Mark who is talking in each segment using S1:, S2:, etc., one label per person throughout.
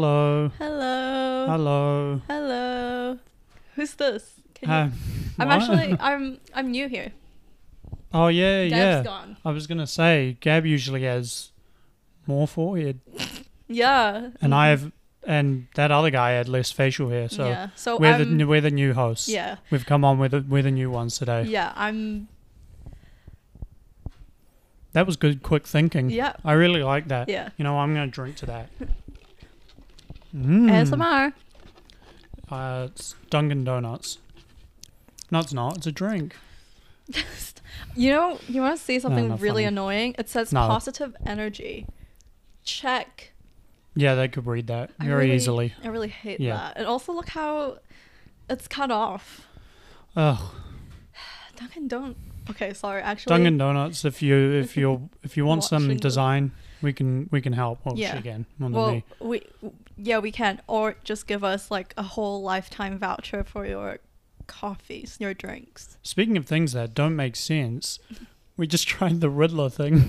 S1: Hello.
S2: Hello.
S1: Hello.
S2: Hello. Who's this? Can you-
S1: Um,
S2: I'm
S1: what?
S2: actually I'm I'm new here.
S1: Oh yeah,
S2: Gab's
S1: yeah.
S2: gone.
S1: I was gonna say Gab usually has more forehead,
S2: Yeah.
S1: and I have, and that other guy had less facial hair. So
S2: Mm-hmm. yeah. So
S1: we're the
S2: I'm
S1: the we're the new hosts.
S2: yeah
S1: We've come on with the, we're the new ones today.
S2: yeah I'm
S1: That was good, quick thinking.
S2: yeah
S1: I really like that.
S2: yeah
S1: You know, I'm gonna drink to that. Mm.
S2: ASMR.
S1: Uh, it's Dunkin' Donuts. No, it's not. It's a drink.
S2: you know you want to see something
S1: not
S2: really
S1: funny.
S2: annoying? It says
S1: No.
S2: positive energy. Check.
S1: Yeah, they could read that
S2: I
S1: very
S2: really-
S1: easily.
S2: I really hate
S1: Yeah.
S2: that. And also look how it's cut off.
S1: Ugh.
S2: Duncan don't. Okay, sorry. Actually.
S1: Dunkin' Donuts. If you if you if you want some
S2: Watching the-
S1: design, we can we can help. Well,
S2: Yeah.
S1: she can more than
S2: Well,
S1: me.
S2: we yeah we can, or just give us like a whole lifetime voucher for your coffees, your drinks.
S1: Speaking of things that don't make sense, we just tried the Riddler thing.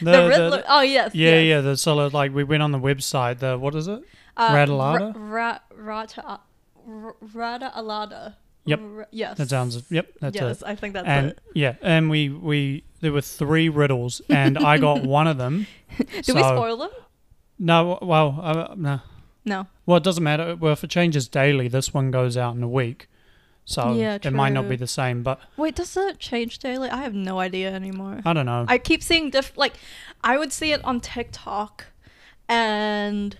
S2: The, Riddler. oh yes.
S1: Uh, yeah,
S2: yes.
S1: yeah. The solid like we went on the website. The what is it?
S2: Uh,
S1: Radalada?
S2: Ra, ra, rata, r- rata alada.
S1: Yep.
S2: R- yes.
S1: That sounds. Yep, that's
S2: yes,
S1: it.
S2: I think that's
S1: and
S2: it.
S1: yeah, and we we there were three riddles, and I got one of them.
S2: Did we spoil them?
S1: No, well, uh, no.
S2: No.
S1: Well, it doesn't matter. Well, if it changes daily, this one goes out in a week, so
S2: Yeah,
S1: it might not
S2: true.
S1: be the same. But
S2: Wait, does it change daily? I have no idea anymore.
S1: I don't know.
S2: I keep seeing diff like I would see it on TikTok and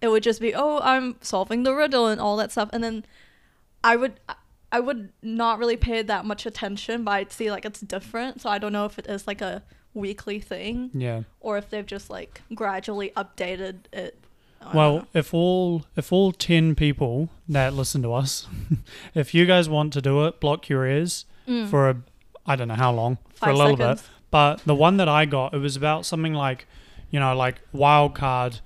S2: it would just be oh I'm solving the riddle and all that stuff and then I would I would not really pay that much attention but I'd see like it's different so I don't know if it is like a weekly thing
S1: yeah.
S2: or if they've just like gradually updated it. I don't
S1: Well,
S2: know.
S1: if all if all ten people that listen to us, if you guys want to do it, block your ears
S2: Mm,
S1: for a I don't know how long for
S2: five
S1: a little bit.
S2: seconds.
S1: But the one that I got, it was about something like, you know, like wild card,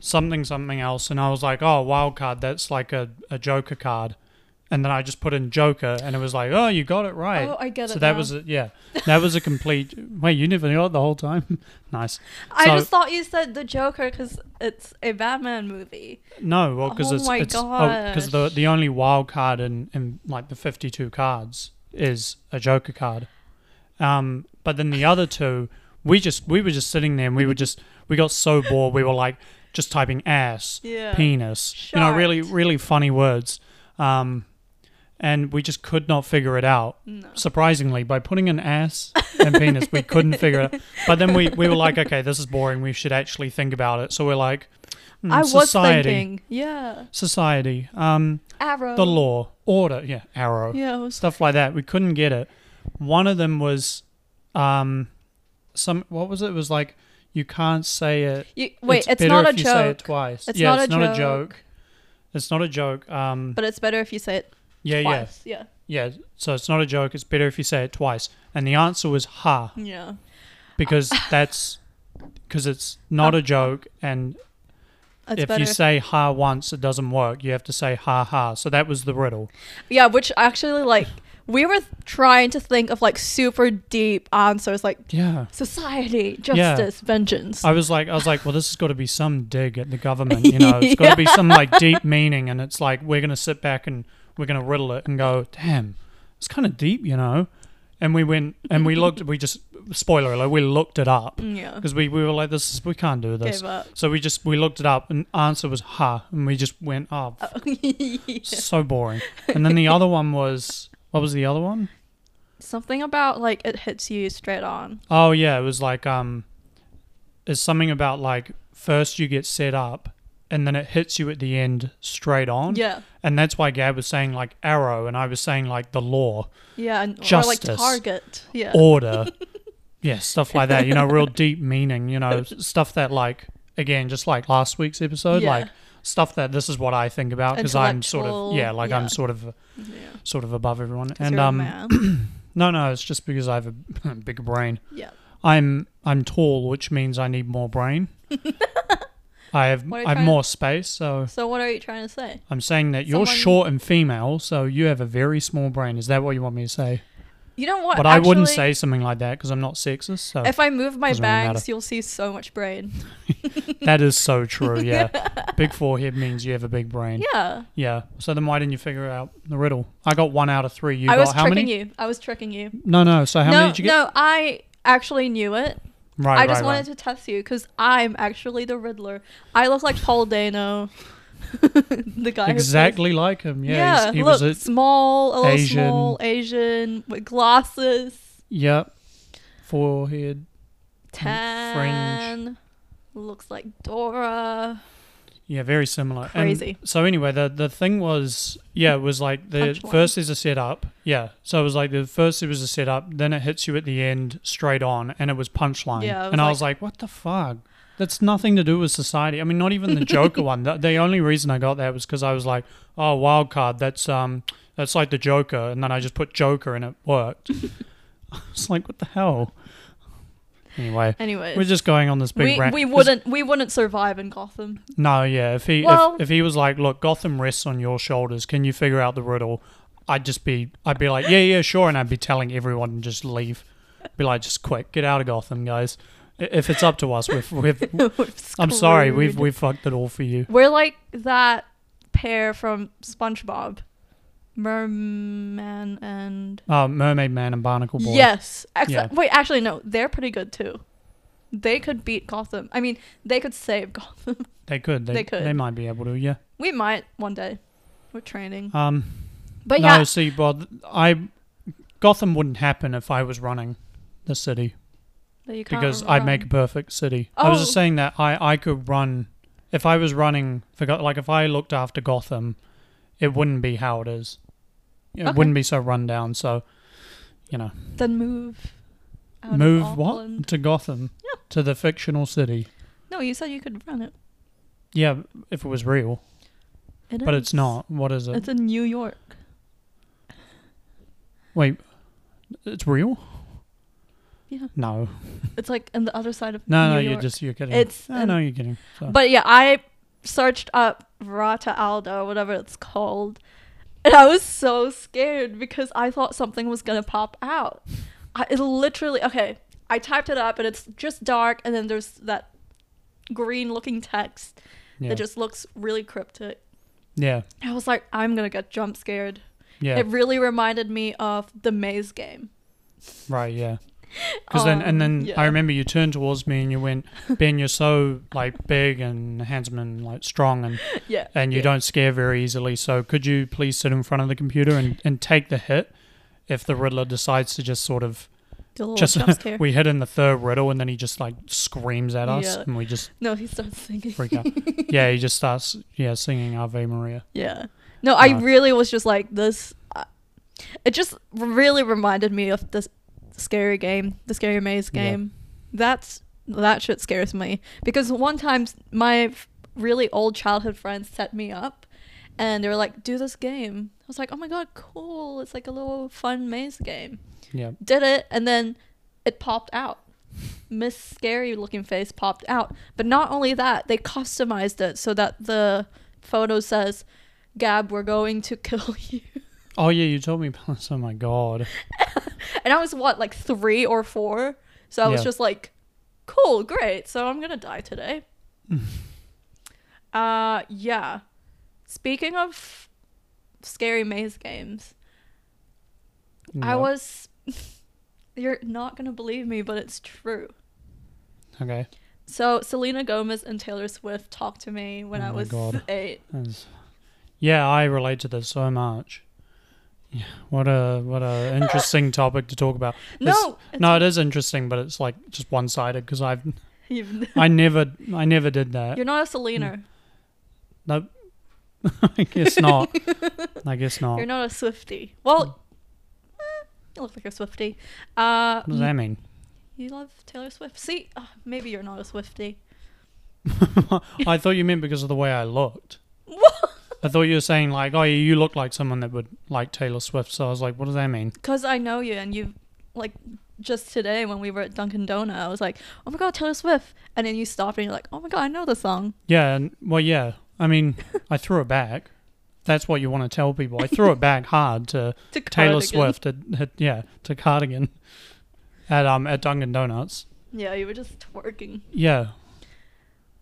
S1: something something else, and I was like, oh, wild card, that's like a, a Joker card, and then I just put in Joker, and it was like, oh, you got it right.
S2: Oh, I get it.
S1: so that
S2: now.
S1: was a, yeah, that was a complete. wait, you never got it the whole time. nice.
S2: I
S1: so-
S2: just thought you said the Joker because it's a Batman movie.
S1: No, well, because
S2: Oh
S1: it's
S2: my
S1: it's because the
S2: gosh.
S1: the only wild card in in like the fifty two cards is a Joker card. Um, but then the other two, we just we were just sitting there and we were just we got so bored we were like just typing ass,
S2: Yeah.
S1: penis, you know, really
S2: Shite.
S1: really funny words, um, and we just could not figure it out.
S2: No.
S1: Surprisingly, by putting in ass and penis, we couldn't figure it out. But then we, we were like, okay, this is boring. We should actually think about it. So we're like, hmm,
S2: I was
S1: society
S2: thinking, yeah,
S1: society, um,
S2: arrow.
S1: the law, order, yeah, arrow,
S2: Oh. Yeah, it was
S1: stuff like that. We couldn't get it. One of them was, um, some what was it? It was like you can't say it.
S2: you, wait. It's,
S1: better
S2: not a
S1: if you Say it
S2: joke,
S1: twice.
S2: It's
S1: yeah,
S2: not
S1: it's
S2: a
S1: not a
S2: joke.
S1: joke. It's not a joke. Um,
S2: but it's better if you say it
S1: yeah,
S2: twice. Yeah,
S1: yeah, yeah. So it's not a joke. It's better if you say it twice. And the answer was ha
S2: yeah.
S1: because that's because it's not a joke and
S2: It's
S1: if
S2: Oh. better.
S1: you say ha once it doesn't work you have to say ha ha so that was the riddle
S2: yeah, which actually, like, we were trying to think of like super deep answers, like
S1: yeah
S2: society,
S1: Yeah.
S2: justice, vengeance.
S1: I was like, I was like, well, this has got to be some dig at the government, you know. It's got to be some like deep meaning, and it's like we're gonna sit back and we're gonna riddle it and go, damn, it's kind of deep, you know. And we went and we looked. We just spoiler alert, we looked it up
S2: yeah,
S1: because we, we were like, this is we can't do this.
S2: Mm-hmm. gave up.
S1: So we just we looked it up, and answer was ha, and we just went, oh, f- so boring. And then the other one was what was the other one?
S2: Something about like it hits you straight on.
S1: Oh yeah, it was like um, it's something about like first you get set up, and then it hits you at the end straight on.
S2: Yeah,
S1: And that's why Gab was saying like arrow, and I was saying like the law,
S2: yeah, and, or like
S1: Justice.
S2: target. Yeah,
S1: order, yeah, stuff like that. You know, real deep meaning. You know, s- stuff that like again, just like last week's episode,
S2: Yeah.
S1: like stuff that this is what I think about because I'm sort of
S2: Intellectual,
S1: yeah, like
S2: yeah.
S1: I'm sort of
S2: yeah. 'Cause
S1: sort of above everyone.
S2: you're
S1: And
S2: a
S1: um,
S2: man.
S1: no, no, it's just because I have a bigger brain.
S2: yeah,
S1: I'm I'm tall, which means I need more brain. I have
S2: What are you
S1: I have
S2: trying-
S1: more space, so
S2: So what are you trying to say?
S1: I'm saying that you're
S2: Someone-
S1: short and female, so you have a very small brain. Is that what you want me to say?
S2: You know what?
S1: but I wouldn't
S2: Uh, actually-
S1: say something like that because I'm not sexist. So
S2: If I move my
S1: Doesn't really matter.
S2: bangs, you'll see so much brain.
S1: That is so true. Yeah. big forehead means you have a big brain.
S2: Yeah.
S1: Yeah. So then why didn't you figure out the riddle? I got one out of three. You
S2: I
S1: got
S2: was
S1: how
S2: tricking
S1: many?
S2: you. I was tricking you.
S1: No, no. So how
S2: no,
S1: many did you get?
S2: no, I actually knew it.
S1: Right,
S2: I just
S1: right,
S2: wanted
S1: right.
S2: to test you because I'm actually the Riddler. I look like Paul Dano, the guy. who plays-
S1: exactly like him. Yeah.
S2: Yeah,
S1: he's- he
S2: look,
S1: was a,
S2: small, a little
S1: Asian.
S2: small Asian with glasses,
S1: yeah, forehead.
S2: tan. Looks like Dora.
S1: Yeah, very similar. And
S2: Crazy.
S1: so anyway, the the thing was, yeah, it was like the
S2: Punchline.
S1: first there's a setup. Yeah, so it was like the first there was a setup, then it hits you at the end straight on, and it was punchline.
S2: Yeah, it was
S1: and I
S2: like-
S1: was like, what the fuck? That's nothing to do with society. I mean, not even the Joker one. The, the only reason I got that was because I was like, oh, wild card. That's um, that's like the Joker, and then I just put Joker, and it worked. I was like, what the hell? Anyway,
S2: Anyways,
S1: we're just going on this big
S2: Uh, we,
S1: rant.
S2: we
S1: 'cause-
S2: wouldn't we wouldn't survive in Gotham.
S1: no, yeah. If he
S2: Well-
S1: if, if he was like, look, Gotham rests on your shoulders. Can you figure out the riddle? I'd just be I'd be like, yeah, yeah, sure, and I'd be telling everyone to just leave. Be like, just quick, get out of Gotham, guys. I- If it's up to us, we've, we've
S2: We're
S1: I'm sorry, we've
S2: screwed.
S1: we've fucked it all for you.
S2: We're like that pair from SpongeBob, Merman and
S1: Uh, Mermaid Man and Barnacle Oh, Boy.
S2: yes. Ex-
S1: Yeah.
S2: Wait, actually no, they're pretty good too. They could beat Gotham. I mean, they could save Gotham.
S1: they could. They,
S2: they
S1: they
S2: could.
S1: might be able to. Yeah.
S2: We might one day. We're training,
S1: Um.
S2: but
S1: no,
S2: yeah,
S1: see, Bob, I Gotham wouldn't happen if I was running the city.
S2: that you can't
S1: because
S2: run.
S1: I'd make a perfect city. I was
S2: Oh.
S1: just saying that I, I could run if I was running for Go- like if I looked after Gotham, it wouldn't be how it is. It
S2: Okay.
S1: wouldn't be so run down. So, you know,
S2: then move. out of
S1: move
S2: Auckland.
S1: what to Gotham to the fictional city.
S2: No, you said you could run it.
S1: Yeah, if it was real,
S2: It
S1: but
S2: is.
S1: it's not. What is it?
S2: It's in New York.
S1: Wait, it's real?
S2: Yeah.
S1: No,
S2: It's like on the other side of
S1: no,
S2: New
S1: no.
S2: York.
S1: You're just you're kidding.
S2: It's
S1: I
S2: an-
S1: know you're kidding. So.
S2: But yeah, I searched up Rata Alda, whatever it's called, and I was so scared because I thought something was gonna pop out. I it literally okay. I typed it up and it's just dark, and then there's that green-looking text
S1: yeah.
S2: that just looks really cryptic.
S1: yeah,
S2: I was like, I'm gonna get jump scared.
S1: yeah,
S2: It really reminded me of the Maze game.
S1: right, yeah. Because then, and
S2: Um,
S1: then
S2: yeah.
S1: I remember you turned towards me and you went, "Ben, you're so like big and handsome and like strong, and
S2: yeah,
S1: and you
S2: yeah.
S1: don't scare very easily. So could you please sit in front of the computer and and take the hit if the Riddler decides to just sort of
S2: Do a little
S1: just
S2: jump scare.
S1: we hit in the third riddle and then he just like screams at us
S2: Yeah.
S1: and we just
S2: no, he starts singing.
S1: freak out. yeah, he just starts yeah singing Ave Maria.
S2: Yeah. No, I
S1: No.
S2: really was just like this. Uh, it just really reminded me of this scary game, the scary maze
S1: Yeah.
S2: game. That's that shit scares me because one time s- my f- really old childhood friends set me up, and they were like, "Do this game." I was like, "Oh my god, cool! It's like a little fun maze game."
S1: Yeah,
S2: Did it, and then it popped out. Miss Scary looking face popped out. But not only that, they customized it so that the photo says, Gab, we're going to kill you.
S1: oh yeah, you told me. about this. Oh my god.
S2: And I was what, like three or four? So I was
S1: Yeah.
S2: just like, cool, great. So I'm gonna die today. uh yeah. Speaking of scary maze games, I
S1: Yep.
S2: was you're not gonna believe me, but it's true.
S1: okay.
S2: So Selena Gomez and Taylor Swift talked to me when
S1: Oh
S2: I
S1: my
S2: was
S1: God.
S2: eight.
S1: That's- yeah, I relate to this so much. Yeah, what a what a interesting topic to talk about. It's-
S2: No, it's-
S1: no, it is interesting, but it's like just one sided because I've
S2: You've-
S1: I never I never did that.
S2: you're not a Selena.
S1: No, I guess not. I guess not.
S2: You're not a Swifty. Well, eh, you look like a Swifty. Uh,
S1: what does that mean?
S2: you love Taylor Swift. See, ah, maybe you're not a Swifty.
S1: I thought you meant because of the way I looked.
S2: What?
S1: I thought you were saying like, oh, you look like someone that would like Taylor Swift. So I was like, what does that mean?
S2: Because I know you, and you like just today when we were at Dunkin' Donut, I was like, oh my god, Taylor Swift, and then you stopped and you're like, oh my god, I know the song.
S1: Yeah, and, well, yeah. I mean, I threw it back. That's what you want to tell people. I threw it back hard to
S2: To
S1: Taylor
S2: Cardigan.
S1: Swift at, at yeah to Cardigan at um at Dunkin' Donuts.
S2: Yeah, you were just twerking.
S1: Yeah,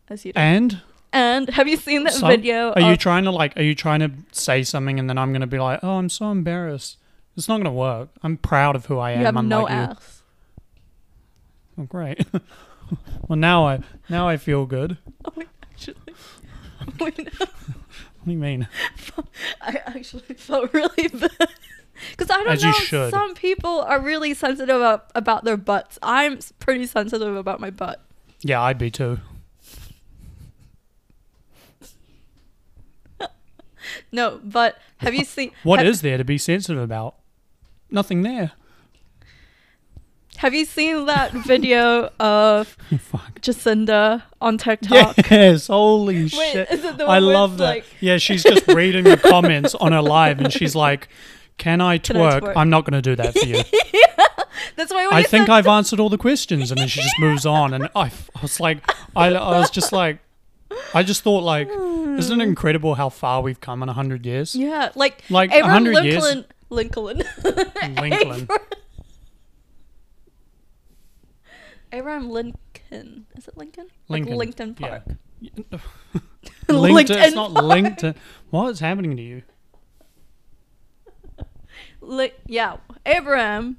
S2: as you do.
S1: And
S2: And have you seen that
S1: So-
S2: video?
S1: are you
S2: of-
S1: trying to like? Are you trying to say something and then I'm gonna be like, oh, I'm so embarrassed. It's not gonna work. I'm proud of who I am.
S2: you have
S1: I'm
S2: no
S1: like you.
S2: ass.
S1: Oh, great. well, now I now I feel good.
S2: Oh, Wait, no.
S1: What do you mean?
S2: I actually felt really bad because I don't
S1: As you
S2: know.
S1: should.
S2: Some people are really sensitive ab- about their butts. I'm s- pretty sensitive about my butt.
S1: Yeah, I'd be too.
S2: No, but have you seen
S1: What
S2: have,
S1: is there to be sensitive about? Nothing there.
S2: Have you seen that video of
S1: Fuck.
S2: Jacinda on TikTok?
S1: Yes, holy shit.
S2: is it the
S1: I
S2: one where
S1: love
S2: it's
S1: that.
S2: like-
S1: yeah, she's just reading the comments on her live and she's like, Can I
S2: Can I
S1: twerk?
S2: twerk?
S1: I'm not going to do that for you.
S2: That's why when
S1: I
S2: you
S1: think
S2: said-
S1: I've answered all the questions. And then she just moves on. And I, I was like, I, I was just like, I just thought, like, isn't it incredible how far we've come in 100 years?
S2: Hmm. yeah, like
S1: Like, a
S2: Abraham
S1: hundred years-
S2: Lincoln, Lincoln,
S1: Lincoln.
S2: Abraham Lincoln. Is it Lincoln?
S1: Lincoln.
S2: Like Lincoln
S1: yeah.
S2: Park.
S1: LinkedIn. It's
S2: LinkedIn
S1: not
S2: Park.
S1: LinkedIn. What is happening to you?
S2: Li- yeah, Abraham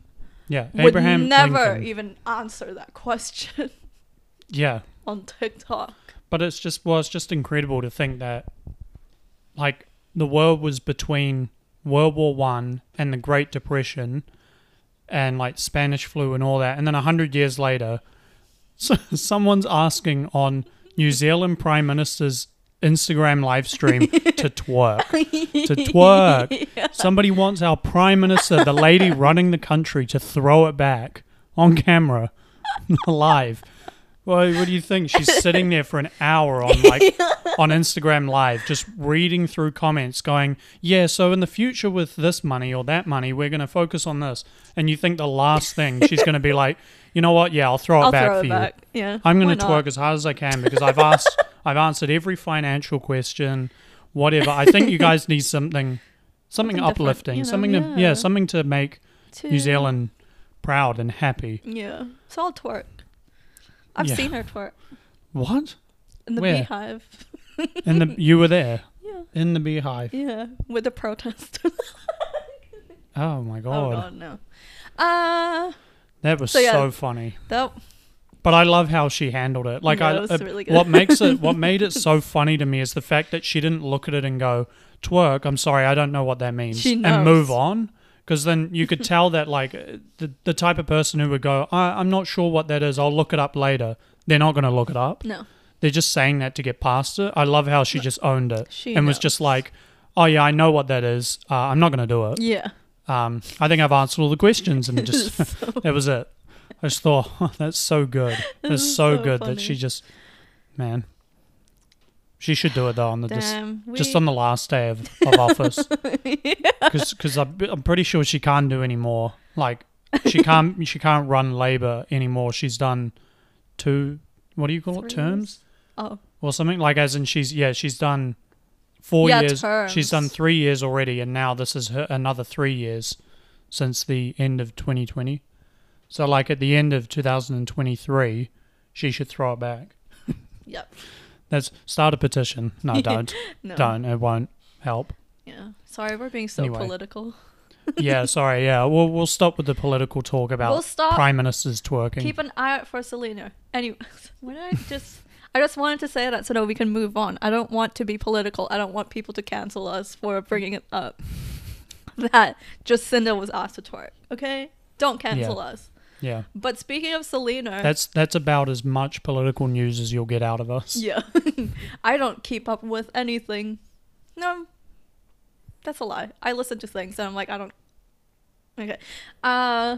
S1: Yeah,
S2: Abraham
S1: Abraham
S2: would never e-
S1: Lincoln.
S2: even answer that question
S1: Yeah,
S2: on TikTok.
S1: but it's just well, it's just incredible to think that, like, the world was between World War One and the Great Depression, and like Spanish flu and all that, and then hundred years later, so, someone's asking on New Zealand Prime Minister's Instagram live stream to twerk. To twerk. Somebody wants our Prime Minister, the lady running the country, to throw it back on camera, live. Well, what do you think? She's sitting there for an hour on like on Instagram Live, just reading through comments, going, "Yeah, so in the future with this money or that money, we're going to focus on this." And you think the last thing she's going to be like, "You know what? Yeah, I'll throw it
S2: I'll
S1: back
S2: throw
S1: for
S2: it
S1: you."
S2: back. Yeah.
S1: I'm
S2: why
S1: going to
S2: not?
S1: twerk as hard as I can because I've asked, I've answered every financial question, whatever. I think you guys need something, something,
S2: Something different,
S1: uplifting,
S2: you know,
S1: something to,
S2: yeah.
S1: yeah, something to make
S2: to
S1: New Zealand proud and happy.
S2: Yeah. So I'll twerk. I've
S1: Yeah.
S2: seen her twerk
S1: What?
S2: in the
S1: Where?
S2: beehive.
S1: And the, you were there
S2: Yeah.
S1: in the beehive.
S2: Yeah. With the protest.
S1: Oh my god,
S2: oh god, no. Uh
S1: that was
S2: So,
S1: so,
S2: yeah.
S1: funny.
S2: that
S1: But I love how she handled it. Like
S2: Yeah,
S1: I,
S2: it was
S1: uh,
S2: really good.
S1: what makes it, what made it so funny to me is the fact that she didn't look at it and go, "Twerk." I'm sorry, I don't know what that means,
S2: She
S1: and move
S2: knows.
S1: on. Because then you could tell that like uh, the the type of person who would go, I, "I'm not sure what that is. I'll look it up later." They're not going to look it up.
S2: no.
S1: They're just saying that to get past it. I love how she just owned it
S2: She
S1: and was
S2: knows.
S1: just like, "Oh yeah, I know what that is. Uh, I'm not going to do it."
S2: Yeah.
S1: Um, I think I've answered all the questions and just that was it. I just thought "Oh, that's so good. That's
S2: is
S1: so,
S2: so
S1: good
S2: funny.
S1: that she just man. She should do it though on the dis-
S2: Damn. we,
S1: just on the last day of, of office because I'm, I'm pretty sure she can't do any more. Like she can't she can't run Labour anymore. She's done two what do you call it
S2: Three
S1: terms
S2: Oh.
S1: or something like as in she's yeah she's done four
S2: Yeah,
S1: years she's done
S2: terms.
S1: three years already and now this is her another three years since the end of 2020 so like at the end of 2023 she should throw it back
S2: Yep.
S1: that's start a petition no don't
S2: No.
S1: don't it won't help
S2: Yeah. Sorry, we're being so
S1: Anyway.
S2: political.
S1: yeah sorry yeah we'll, we'll stop with the political talk about
S2: We'll stop.
S1: prime ministers twerking
S2: Keep an eye out for Selena. Anyway, when I just, I just wanted to say that so that we can move on. I don't want to be political. I don't want people to cancel us for bringing it up. That Jacinda was asked to twerk. Okay, don't cancel us.
S1: yeah
S2: But speaking of Selena,
S1: that's that's about as much political news as you'll get out of us
S2: yeah, I don't keep up with anything. No, that's a lie. I listen to things and I'm like, I don't. Okay, uh,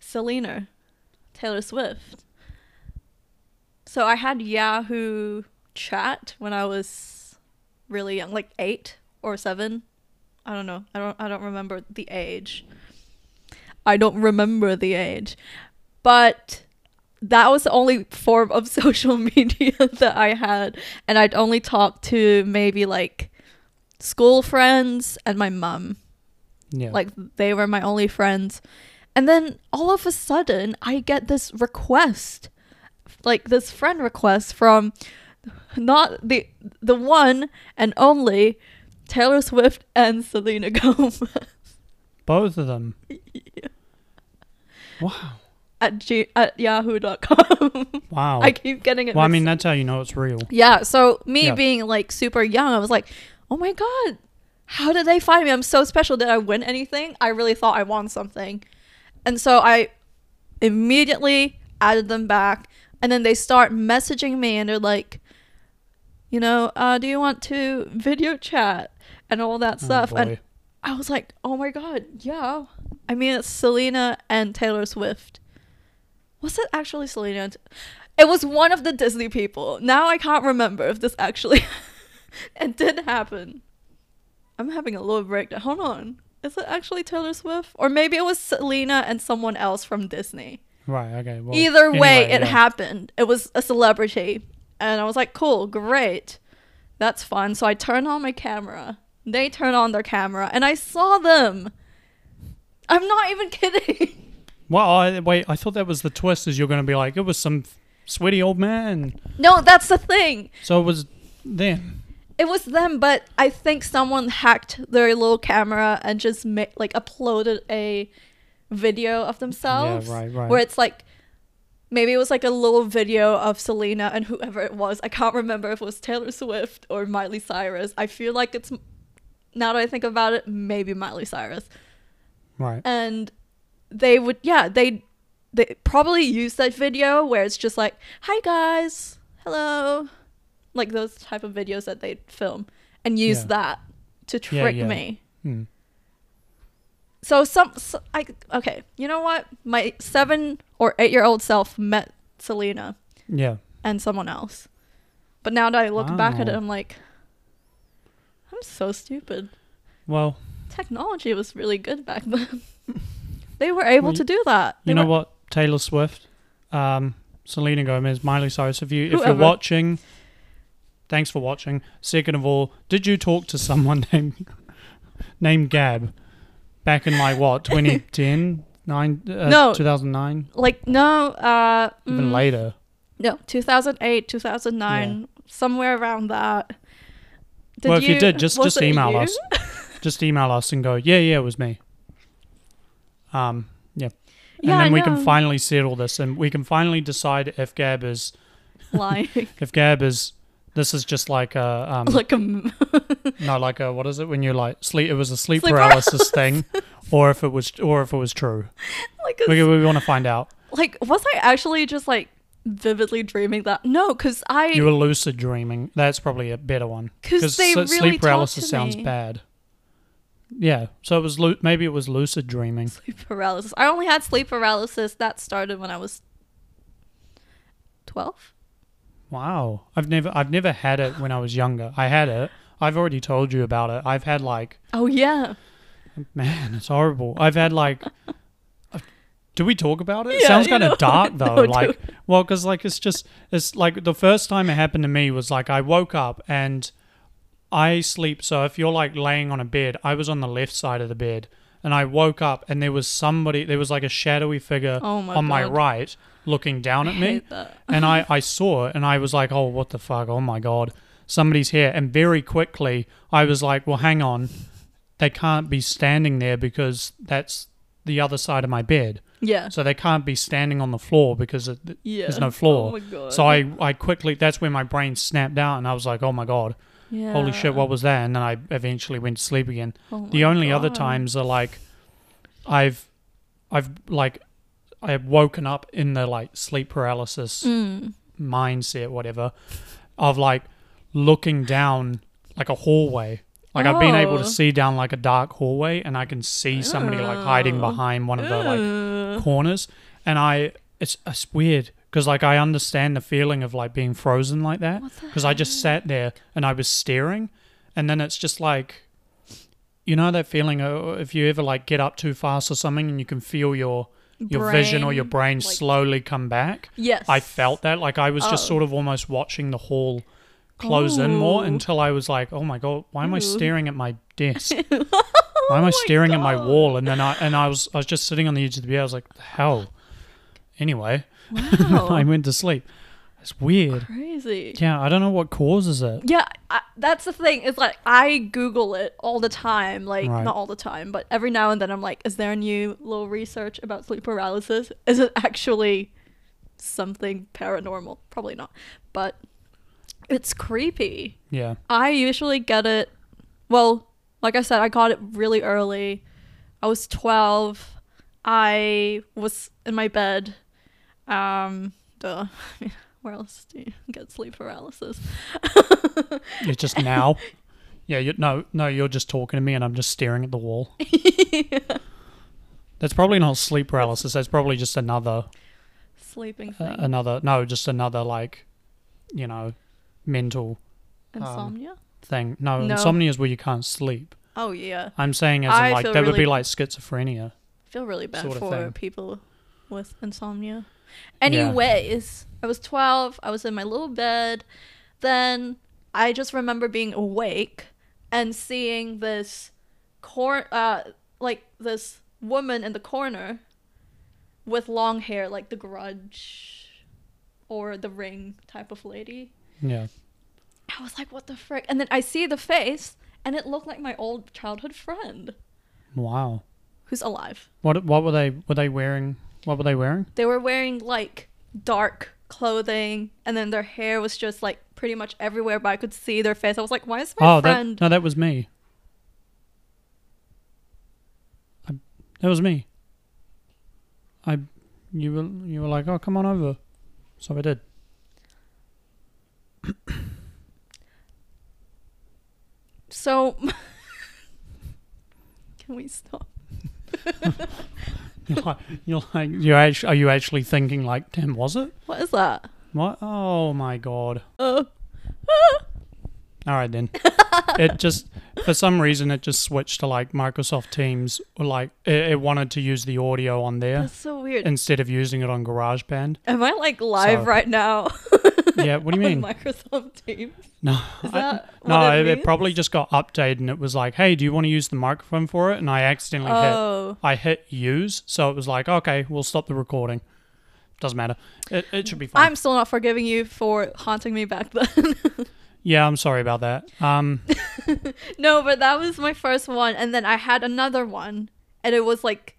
S2: Selena, Taylor Swift. So I had Yahoo Chat when I was really young, like eight or seven. I don't know. I don't. I don't remember the age. I don't remember the age, but that was the only form of social media that I had, and I'd only talk to maybe like school friends and my mum.
S1: yeah
S2: Like they were my only friends. And then all of a sudden, I get this request, like this friend request from not the the one and only Taylor Swift and Selena Gomez
S1: Both of them. Wow.
S2: at g at yahoo.com.
S1: Wow.
S2: I keep getting it.
S1: Oh. well, I
S2: mixed
S1: mean,
S2: up.
S1: that's how you know it's real.
S2: yeah. So me
S1: Yeah.
S2: being like super young, I was like, oh my god, how did they find me? I'm so special. Did I win anything? I really thought I won something, and so I immediately added them back, and then they start messaging me, and they're like, you know, uh, do you want to video chat and all that
S1: Oh,
S2: stuff? and
S1: boy.
S2: I was like, oh my god, yeah. I mean, it's Selena and Taylor Swift. Was it actually Selena? And it was one of the Disney people. Now I can't remember if this actually it did happen. I'm having a little breakdown. Hold on. Is it actually Taylor Swift? Or maybe it was Selena and someone else from Disney.
S1: Right. Okay. Well,
S2: Either way,
S1: anyway,
S2: it
S1: yeah.
S2: happened. It was a celebrity. And I was like, cool, great. That's fun. So I turned on my camera. They turned on their camera and I saw them. I'm not even kidding.
S1: Well, I, wait. I thought that was the twist. Is you're going to be like, it was some sweaty old man.
S2: no, that's the thing.
S1: So it was them.
S2: It was them, but I think someone hacked their little camera and just ma- like uploaded a video of themselves.
S1: right, right.
S2: Where it's like maybe it was like a little video of Selena and whoever it was. I can't remember if it was Taylor Swift or Miley Cyrus. I feel like it's now that I think about it, maybe Miley Cyrus.
S1: Right.
S2: And they would yeah, they they probably use that video where it's just like, "Hi guys. Hello." Like those type of videos that they film and use
S1: Yeah.
S2: that to
S1: Yeah,
S2: trick
S1: yeah.
S2: me.
S1: Hmm.
S2: So some, so I okay. You know what? My seven or eight year old self met Selena
S1: Yeah.
S2: and someone else, but now that I look back at it,
S1: Wow.
S2: I'm like, I'm so stupid.
S1: Well,
S2: Technology was really good back then. they were able
S1: Well,
S2: to do that.
S1: You
S2: They
S1: know
S2: were-
S1: what? Taylor Swift, um, Selena Gomez, Miley Cyrus. If you if you're
S2: Whoever.
S1: watching, thanks for watching. Second of all, did you talk to someone named named Gab back in like what 2010, nine, uh,
S2: No.
S1: 2009,
S2: Like no, uh,
S1: even
S2: mm,
S1: later?
S2: no, 2008, 2009, somewhere around that.
S1: well, if you, did, just
S2: was
S1: just
S2: it
S1: email
S2: you?
S1: us, just email us and go, yeah, yeah, it was me. Um, yeah, and
S2: Yeah, I
S1: then we can
S2: know.
S1: finally settle this, and we can finally decide if Gab is
S2: Lying,
S1: if Gab is. This is just like a um,
S2: like a m-
S1: No, like a what is it when you like sleep? It was a sleep,
S2: Sleep
S1: paralysis thing, or if it was, or if it was true.
S2: like a
S1: We, we want to find out.
S2: like was i actually just like vividly dreaming that no because
S1: You
S2: i
S1: were lucid dreaming. That's probably a better one
S2: 'Cause they
S1: s-
S2: really
S1: sleep
S2: talk
S1: paralysis
S2: to
S1: sounds
S2: me.
S1: bad. Yeah, so it was lu- maybe it was lucid dreaming.
S2: sleep paralysis i only had sleep paralysis that started when i was 12
S1: Wow, I've never I've never had it when I was younger. I had it. I've already told you about it. I've had like
S2: oh yeah
S1: man, it's horrible. I've had like. Do we talk about it? it
S2: Yeah,
S1: sounds
S2: you
S1: kind
S2: know,
S1: of dark though.
S2: no,
S1: like,
S2: don't.
S1: well, because like it's just it's like the first time it happened to me was like I woke up and I sleep. So if you're like laying on a bed, I was on the left side of the bed, and I woke up and there was somebody. There was like a shadowy figure
S2: Oh my
S1: on my
S2: God.
S1: right looking down at me
S2: hate that.
S1: and I, I saw it and I was like, oh, what the fuck? Oh my God. Somebody's here. And very quickly, I was like, well, hang on. They can't be standing there because that's the other side of my bed.
S2: yeah
S1: So they can't be standing on the floor because it, th-
S2: yeah
S1: there's no floor.
S2: oh my god
S1: so I, I quickly, that's when my brain snapped out and I was like, oh my God,
S2: yeah.
S1: holy shit, what was that? And then I eventually went to sleep again
S2: Oh
S1: the
S2: my
S1: only other
S2: God.
S1: times are like i've i've like i've woken up in the like sleep paralysis
S2: Mm.
S1: mindset whatever of like looking down like a hallway like i've been able
S2: Oh.
S1: to see down like a dark hallway and i can see somebody like hiding
S2: Oh.
S1: behind one of the like
S2: Ugh.
S1: corners and i it's, it's weird because like i understand the feeling of like being frozen like that
S2: What the
S1: because i just sat there and i was staring and then it's just like you know that feeling uh, if you ever like get up too fast or something and you can feel your your vision or your brain
S2: like-
S1: slowly come back
S2: yes
S1: i felt that like i was just
S2: Oh.
S1: sort of almost watching the hall close in more
S2: Ooh.
S1: until i was like oh my god why am i
S2: Ooh.
S1: staring at my desk
S2: why
S1: why
S2: Oh
S1: am I staring at my wall? And then I and I was I was just sitting on the edge of the bed. I was like, the hell. Anyway,
S2: wow.
S1: I went to sleep. It's weird.
S2: Crazy.
S1: Yeah, I don't know what causes it.
S2: Yeah, I, that's the thing. It's like I Google it all the time. Like,
S1: Right.
S2: not all the time, but every now and then I'm like, is there a new little research about sleep paralysis? Is it actually something paranormal? Probably not. But it's creepy.
S1: Yeah.
S2: I usually get it. Well, like I said, I got it really early. I was 12. I was in my bed. Um, duh. Where else do you get sleep paralysis?
S1: You're just now. Yeah, you no, no, you're just talking to me and I'm just staring at the wall. That's probably not sleep paralysis. That's probably just another
S2: Sleeping
S1: uh,
S2: thing.
S1: another no, just another like, you know, mental
S2: Um, Insomnia?
S1: thing. No,
S2: No.
S1: insomnia is where you can't sleep.
S2: Oh, yeah.
S1: I'm saying as in,
S2: I
S1: like
S2: feel
S1: that would
S2: really-
S1: be like schizophrenia.
S2: I feel really bad
S1: sort of
S2: for
S1: thing.
S2: people with insomnia. Anyways, I was 12. I was in my little bed. Then I just remember being awake and seeing this cor- uh like this woman in the corner with long hair like the grudge or the ring type of lady.
S1: Yeah.
S2: I was like what the frick? And then I see the face and it looked like my old childhood friend
S1: Wow.
S2: who's alive.
S1: What what were they were they wearing? What were they wearing?
S2: they were wearing like dark clothing and then their hair was just like pretty much everywhere but i could see their face i was like why is my
S1: oh,
S2: friend
S1: that no, that was me. I, that was me. I, you were you were like, oh, come on over, so I did.
S2: so can we stop
S1: You're like, you're like, you're actually, are you actually thinking like, damn, was it?
S2: what is that
S1: What? Oh my god.
S2: uh,
S1: All right then. it just for some reason it just switched to like Microsoft Teams or like it, it wanted to use the audio on there
S2: that's so weird
S1: instead of using it on GarageBand.
S2: am i like live
S1: So-
S2: right now
S1: Yeah, what do you mean?
S2: on microsoft teams
S1: No,
S2: Is
S1: I-
S2: that
S1: no,
S2: what it
S1: it, it
S2: means?
S1: probably just got updated and it was like, hey, do you want to use the microphone for it? And I accidentally hit,
S2: oh
S1: I hit use, so it was like, okay, we'll stop the recording. Doesn't matter. It, it should be fine.
S2: i'm still not forgiving you for haunting me back then
S1: yeah, I'm sorry about that. Um,
S2: No, but that was my first one, and then I had another one, and it was like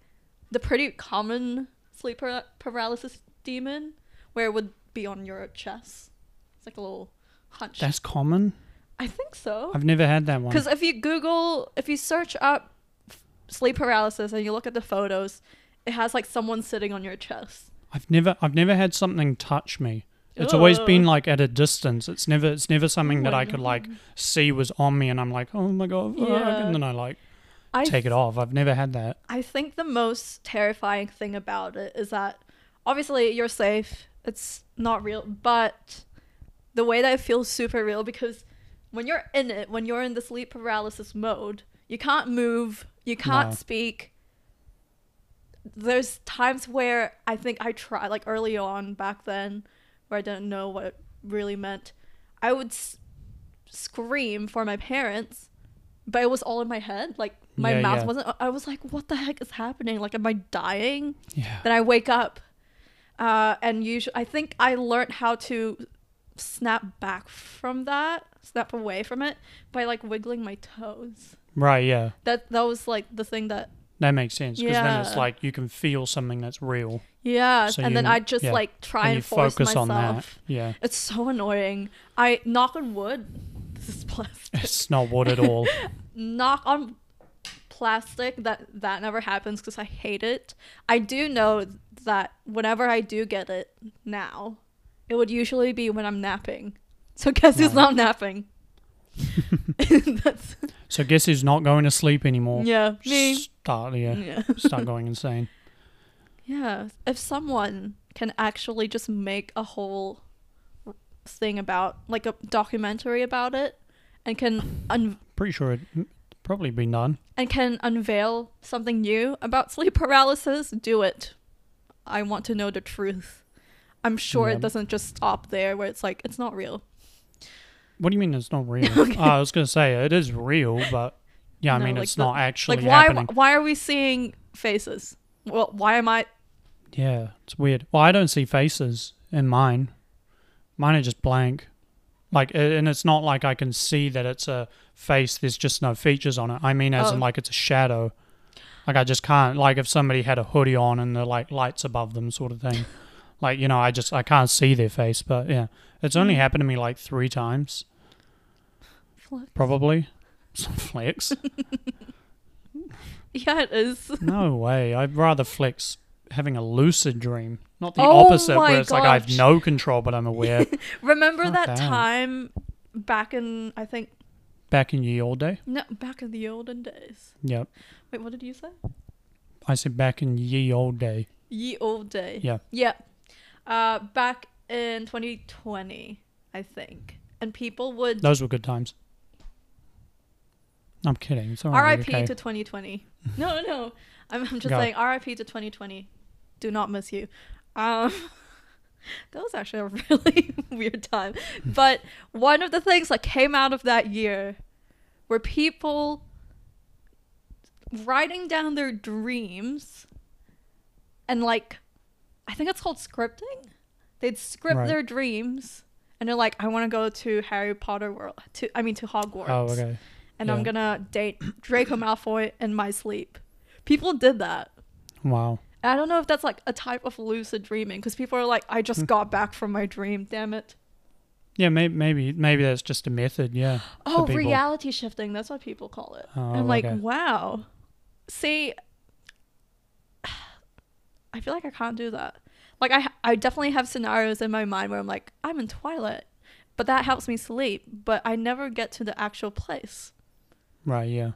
S2: the pretty common sleep par- paralysis demon, where it would be on your chest. It's like a little hunch.
S1: that's common.
S2: I think so.
S1: I've never had that one.
S2: Because if you Google, if you search up f- sleep paralysis and you look at the photos, it has like someone sitting on your chest.
S1: I've never, I've never had something touch me. It's always
S2: Ugh.
S1: been like at a distance. It's never, it's never something that
S2: Oh,
S1: I could like see was on me, and I'm like, oh my god, fuck,"
S2: Yeah.
S1: and then I like
S2: I
S1: take it off. I've never had that.
S2: I think the most terrifying thing about it is that obviously you're safe, it's not real, but the way that it feels super real because when you're in it, when you're in the sleep paralysis mode, you can't move, you can't
S1: No.
S2: speak. There's times where I think I tried, like early on back then, where I didn't know what it really meant. I would s- scream for my parents, but it was all in my head. Like my
S1: Yeah,
S2: mouth
S1: yeah.
S2: wasn't. I was like, "What the heck is happening? Like, am I dying?"
S1: Yeah.
S2: Then I wake up, uh, and usually I think I learned how to snap back from that, snap away from it by like wiggling my toes.
S1: Right. Yeah.
S2: That that was like the thing that
S1: That makes sense because then it's
S2: Yeah.
S1: like you can feel something that's real.
S2: yeah.
S1: So
S2: and then
S1: you-
S2: I just
S1: yeah.
S2: like try and,
S1: you
S2: force
S1: focus
S2: myself.
S1: on that. Yeah,
S2: It's so annoying. I knock on wood. This is plastic.
S1: it's not wood at all.
S2: knock on plastic that that never happens because i hate it i do know that whenever i do get it now it would usually be when i'm napping so guess who's
S1: No.
S2: not napping that's
S1: so guess who's not going to sleep anymore?
S2: yeah me
S1: Start yeah,
S2: yeah
S1: start going insane.
S2: yeah if someone can actually just make a whole thing about like a documentary about it and can un-
S1: Pretty sure it would probably be done.
S2: and can unveil something new about sleep paralysis, do it. I want to know the truth. I'm sure
S1: Yeah.
S2: it doesn't just stop there where it's like, it's not real.
S1: What do you mean it's not real?
S2: Okay.
S1: Oh, I was gonna say it is real, but yeah, I
S2: No,
S1: mean
S2: like
S1: it's
S2: the-
S1: not actually
S2: like, why
S1: happening.
S2: why are we seeing faces? Well, why am I?
S1: Yeah, it's weird. Well, I don't see faces in mine. Mine are just blank. Like, a- and it's not like I can see that it's a face. There's just no features on it. I mean, as
S2: Oh.
S1: in like it's a shadow. Like I just can't. Like if somebody had a hoodie on and the like lights above them, sort of thing. like you know, I just I can't see their face. But yeah, it's only
S2: Mm.
S1: happened to me like three times,
S2: Flex.
S1: probably. Some flex.
S2: Yeah, it is.
S1: No way. I'd rather flex having a lucid dream, not the
S2: Oh
S1: opposite,
S2: my
S1: where it's like I have
S2: gosh.
S1: no control but I'm aware.
S2: Remember
S1: Not
S2: that
S1: bad.
S2: time back in I think
S1: Back in ye old day.
S2: no back in the olden days.
S1: Yep.
S2: Wait, what did you say?
S1: I said back in ye old day.
S2: Ye old day.
S1: Yeah.
S2: Yeah. Uh, back in 2020, I think, and people would
S1: Those were good times. I'm kidding. It's all right.
S2: R.I.P.
S1: okay.
S2: to 2020. No, no, no. I'm, I'm just
S1: Go.
S2: saying R.I.P. to 2020. Do not miss you. Um, that was actually a really weird time. But one of the things that came out of that year were people writing down their dreams and like, I think it's called scripting. They'd script
S1: Right.
S2: their dreams and they're like, I want to go to Harry Potter world. To I mean to Hogwarts
S1: Oh, okay.
S2: and I'm
S1: Yeah.
S2: gonna date Draco Malfoy in my sleep. People did that.
S1: Wow.
S2: And I don't know if that's like a type of lucid dreaming because people are like, I
S1: Hmm.
S2: just got back from my dream, damn it.
S1: Yeah, maybe, maybe, maybe that's just a method. Yeah. for
S2: Oh,
S1: people.
S2: reality shifting. That's what people call it.
S1: Oh,
S2: I'm like,
S1: okay.
S2: wow. See, I feel like I can't do that. Like, I, I definitely have scenarios in my mind where I'm like, I'm in Twilight, but that helps me sleep, but I never get to the actual place.
S1: Right. Yeah.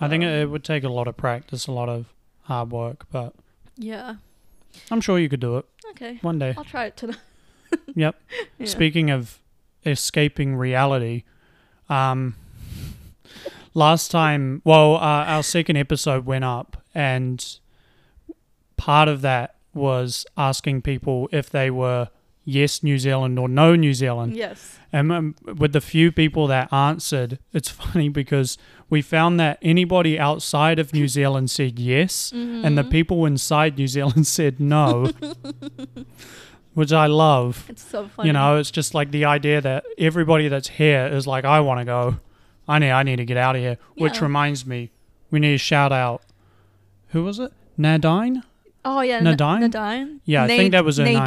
S1: I think
S2: So,
S1: it, it would take a lot of practice, a lot of hard work, but
S2: Yeah.
S1: I'm sure you could do it
S2: Okay.
S1: one day.
S2: I'll try it tonight.
S1: Yep.
S2: Yeah.
S1: Speaking of escaping reality, um, last time, well, uh, our second episode went up, and part of that was asking people if they were yes New Zealand or no New Zealand.
S2: Yes.
S1: And um, with the few people that answered, it's funny because we found that anybody outside of New Zealand said yes, and the people inside New Zealand said no, which I love.
S2: It's so funny.
S1: You know, it's just like the idea that everybody that's here is like, I want to go. I need, I need to get out of here. Which
S2: Yeah.
S1: reminds me, we need to shout out. Who was it? Nadine?
S2: Oh yeah,
S1: Nadine?
S2: N- Nadine.
S1: Yeah, I think that was her name.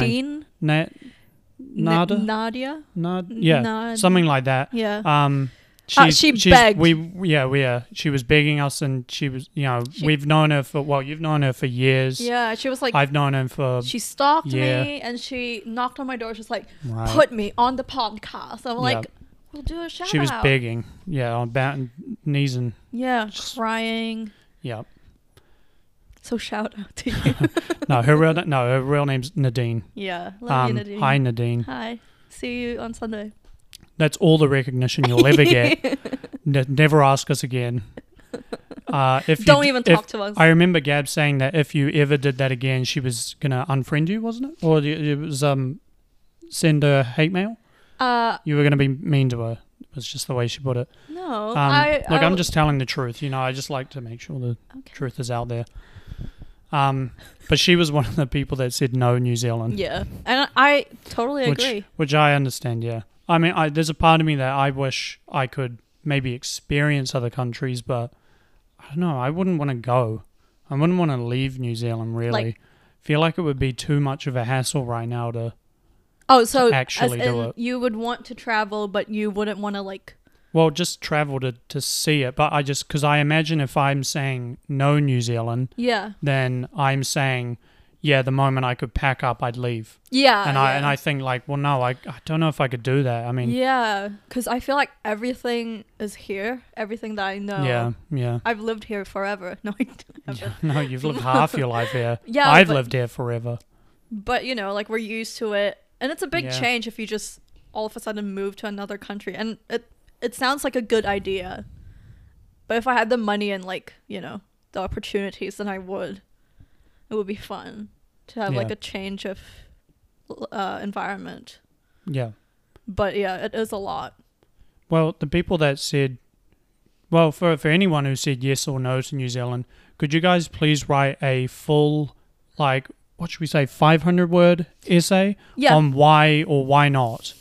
S2: Nadine.
S1: Na- Nada?
S2: N- Nadia.
S1: Nad? Yeah,
S2: Nad-
S1: something like that.
S2: Yeah.
S1: Um,
S2: Uh,
S1: she's-
S2: she
S1: she's-
S2: begged.
S1: We yeah we uh, she was begging us, and she was you know
S2: She-
S1: we've known her for well you've known her for years.
S2: yeah, she was like,
S1: I've known her for
S2: she stalked
S1: yeah.
S2: me and she knocked on my door. She's like,
S1: right.
S2: put me on the podcast. I'm like, we'll do a shout
S1: she was
S2: out.
S1: begging yeah on bat and knees and
S2: Yeah,
S1: Just-
S2: crying.
S1: yeah
S2: So shout out to you.
S1: no her real no her real name's Nadine.
S2: yeah, love you,
S1: Um,
S2: Nadine.
S1: Hi Nadine.
S2: Hi. See you on Sunday.
S1: That's all the recognition you'll ever get. N- never ask us again. Uh, if you
S2: Don't
S1: d-
S2: even
S1: if-
S2: talk to us.
S1: I remember Gab saying that if you ever did that again, she was gonna unfriend you, wasn't it? Or y- it was um, send her hate mail.
S2: uh,
S1: You were gonna be mean to her. It was just the way she put it.
S2: no.
S1: Um,
S2: I,
S1: look,
S2: I,
S1: I'm just telling the truth. You know, I just like to make sure the
S2: Okay.
S1: truth is out there. Um, but she was one of the people that said no, New Zealand,
S2: Yeah, and I, I totally
S1: which
S2: agree.
S1: which I understand. Yeah, I mean, I, there's a part of me that I wish I could maybe experience other countries, but I don't know. I wouldn't want to go. I wouldn't want to leave New Zealand. Really, feel like it would be too much of a hassle right now to.
S2: Oh, so
S1: actually
S2: as
S1: do
S2: in
S1: it.
S2: you would want to travel, but you wouldn't want to like.
S1: Well, just travel to, to see it, but I just because I imagine if I'm saying no New Zealand,
S2: Yeah.
S1: then I'm saying, yeah, the moment I could pack up, I'd leave.
S2: Yeah.
S1: and
S2: Uh, yeah.
S1: I and I think like, well, no, I, I don't know if I could do that. I mean,
S2: yeah, because I feel like everything is here. Everything that I know.
S1: yeah, yeah.
S2: I've lived here forever. No, I don't have it.
S1: No, you've lived half your life here.
S2: Yeah,
S1: I've
S2: but-
S1: lived here forever.
S2: But you know, like we're used to it, and it's a big
S1: Yeah.
S2: change if you just all of a sudden move to another country. And it it sounds like a good idea, but if I had the money and like you know the opportunities, then I would. It would be fun to have like
S1: Yeah.
S2: a change of uh, environment.
S1: Yeah.
S2: But yeah, it is a lot.
S1: Well, the people that said, well, for for anyone who said yes or no to New Zealand, could you guys please write a full, like, what should we say, five hundred word essay
S2: Yeah.
S1: on why or why not?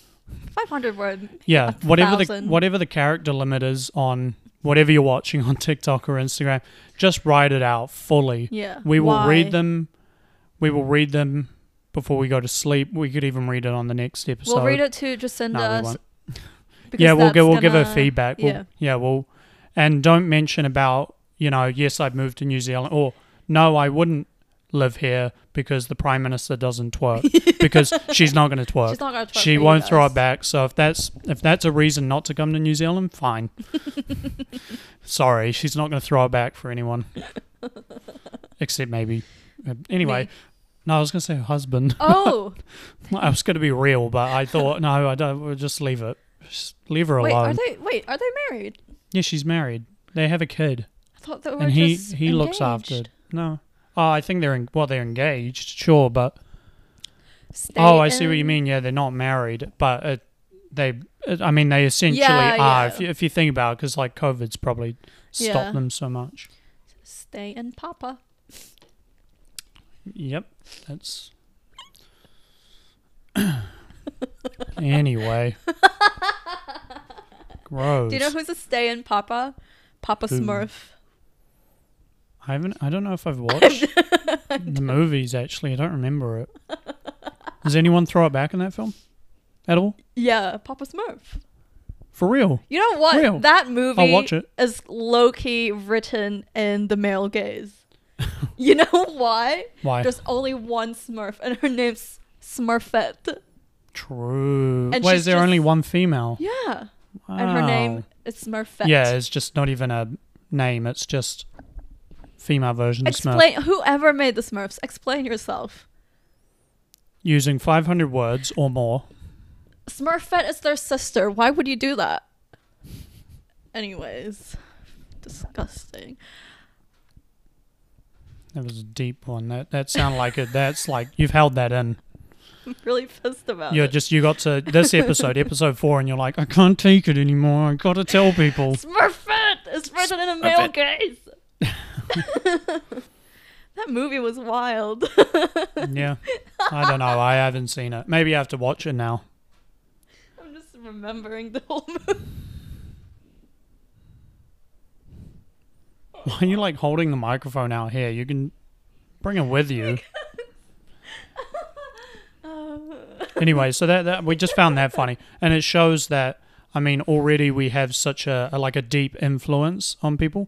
S2: 500 word.
S1: Yeah,
S2: A
S1: whatever the
S2: thousand.
S1: whatever the character limit is on whatever you're watching on TikTok or Instagram, just write it out fully.
S2: Yeah.
S1: We will
S2: Why?
S1: read them. We will read them before we go to sleep. We could even read it on the next episode.
S2: We'll read it to Jacinda.
S1: No, we
S2: us.
S1: won't. yeah, we'll
S2: that's
S1: give we'll give her
S2: gonna-
S1: feedback. We'll-
S2: yeah.
S1: yeah, we'll and don't mention about you know yes I've moved to New Zealand or no I wouldn't live here because the prime minister doesn't twerk because she's not going to twerk.
S2: She's not gonna. twerk
S1: she
S2: for you
S1: won't throw
S2: guys.
S1: it back. So if that's if that's a reason not to come to New Zealand, fine. Sorry, she's not going to throw it back for anyone, except maybe. uh, Anyway,
S2: Me.
S1: no, I was going to say her husband.
S2: Oh,
S1: I was going to be real, but I thought no, I don't. We'll just leave it. Just leave her
S2: wait. Are
S1: alone.
S2: they? Wait, are they married?
S1: yeah, she's married. They have a kid,
S2: I thought they were
S1: and he
S2: just
S1: he looks after.
S2: engaged.
S1: No, oh, I think they're in, well, they're engaged, sure, but
S2: Stay
S1: Oh, I see what you
S2: in.
S1: mean. Yeah, they're not married, but uh, they, uh, I mean, they essentially
S2: Yeah,
S1: are.
S2: yeah.
S1: If, you, if you think about it, because like COVID's probably stopped
S2: Yeah.
S1: them so much.
S2: Stay in, Papa.
S1: Yep, that's. anyway, gross.
S2: Do you know who's a stay in, Papa? Papa
S1: Who?
S2: Smurf.
S1: I haven't. I don't know if I've watched the movies. Actually, I don't remember it. Does anyone throw it back in that film at all?
S2: Yeah, Papa Smurf.
S1: For real?
S2: You know what?
S1: Real.
S2: That movie
S1: I'll watch it.
S2: is low key written in the male gaze. you know why?
S1: Why?
S2: There's only one Smurf, and her name's Smurfette.
S1: True.
S2: And
S1: Why is
S2: she's
S1: there only
S2: just-
S1: one female?
S2: Yeah, and her
S1: Wow.
S2: name is Smurfette.
S1: Oh. Yeah, it's just not even a name. It's just female version of Smurf.
S2: Explain whoever made the Smurfs. Explain yourself.
S1: Using 500 words or more.
S2: Smurfette is their sister. Why would you do that? Anyways, disgusting.
S1: That was a deep one. That that sounded like it. That's like you've held that in.
S2: I'm really pissed about
S1: You're
S2: it.
S1: just you got to this episode, episode four, and you're like, I can't take it anymore. I got to tell people.
S2: Smurfette is written in a male gaze. that movie was wild.
S1: Yeah, I don't know. I haven't seen it. Maybe I have to watch it now.
S2: I'm just remembering the whole movie.
S1: Why are you like holding the microphone out here? You can bring it with you. anyway, so that, that we just found that funny, and it shows that I mean already we have such a, a like a deep influence on people.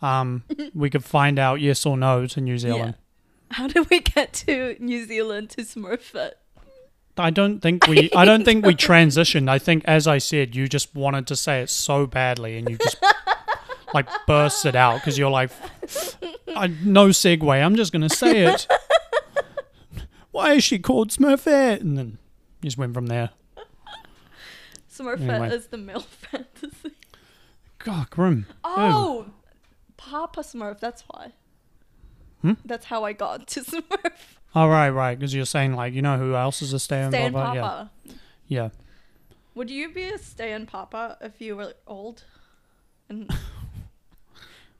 S1: Um, we could find out yes or no to New Zealand.
S2: How did we get to New Zealand to Smurfette?
S1: I don't think we I don't think we transitioned. I think as I said, you just wanted to say it so badly, and you just like burst it out because you're like, I, no segue. I'm just gonna say it. Why is she called Smurfette? And then you just went from there.
S2: Smurfette
S1: Anyway.
S2: is the male fantasy.
S1: God, grim.
S2: Oh, Papa Smurf. That's why.
S1: Hmm?
S2: That's how I got to Smurf.
S1: Oh, right, right. Because you're saying, like, you know who else is a stay in
S2: Stay in
S1: Papa?
S2: Papa.
S1: Yeah. Yeah.
S2: Would you be a stay in papa if you were old and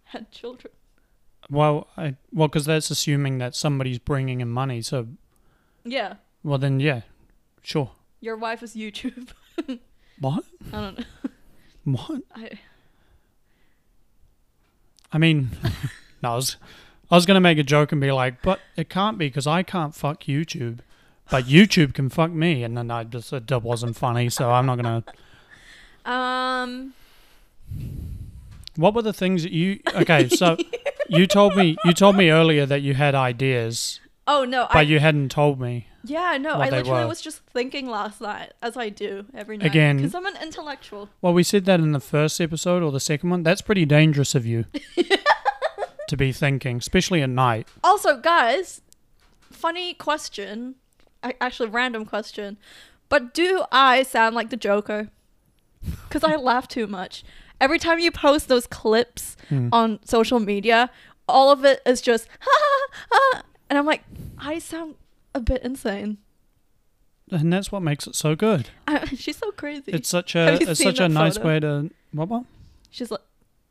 S2: had children?
S1: Well, I, well, because that's assuming that somebody's bringing in money. So,
S2: Yeah,
S1: well, then, yeah, sure.
S2: your wife is YouTube.
S1: What?
S2: I don't know.
S1: What?
S2: I,
S1: I mean, no, I was, I was going to make a joke and be like, but it can't be because I can't fuck YouTube, but YouTube can fuck me. And then I just, it wasn't funny. So I'm not going to.
S2: um,
S1: What were the things that you. Okay, so you told me, you told me earlier that you had ideas,
S2: oh no,
S1: but
S2: I
S1: you hadn't told me.
S2: yeah no,
S1: what
S2: I
S1: they
S2: literally
S1: were.
S2: was just thinking last night, as I do every night.
S1: Again-
S2: because I'm an intellectual.
S1: Well, we said that in the first episode or the second one. That's pretty dangerous of you to be thinking, especially at night.
S2: Also, guys, funny question. I, actually, random question. But do I sound like the Joker? Because I laugh too much. Every time you post those clips
S1: Oh,
S2: on social media, all of it is just, ha, ha, ha, and I'm like, I sound a bit insane.
S1: And that's what makes it so good.
S2: I, she's so crazy.
S1: It's
S2: It's,
S1: such
S2: Have
S1: a
S2: you
S1: it's
S2: seen
S1: such a
S2: that
S1: nice
S2: photo?
S1: way to what what?
S2: she's like,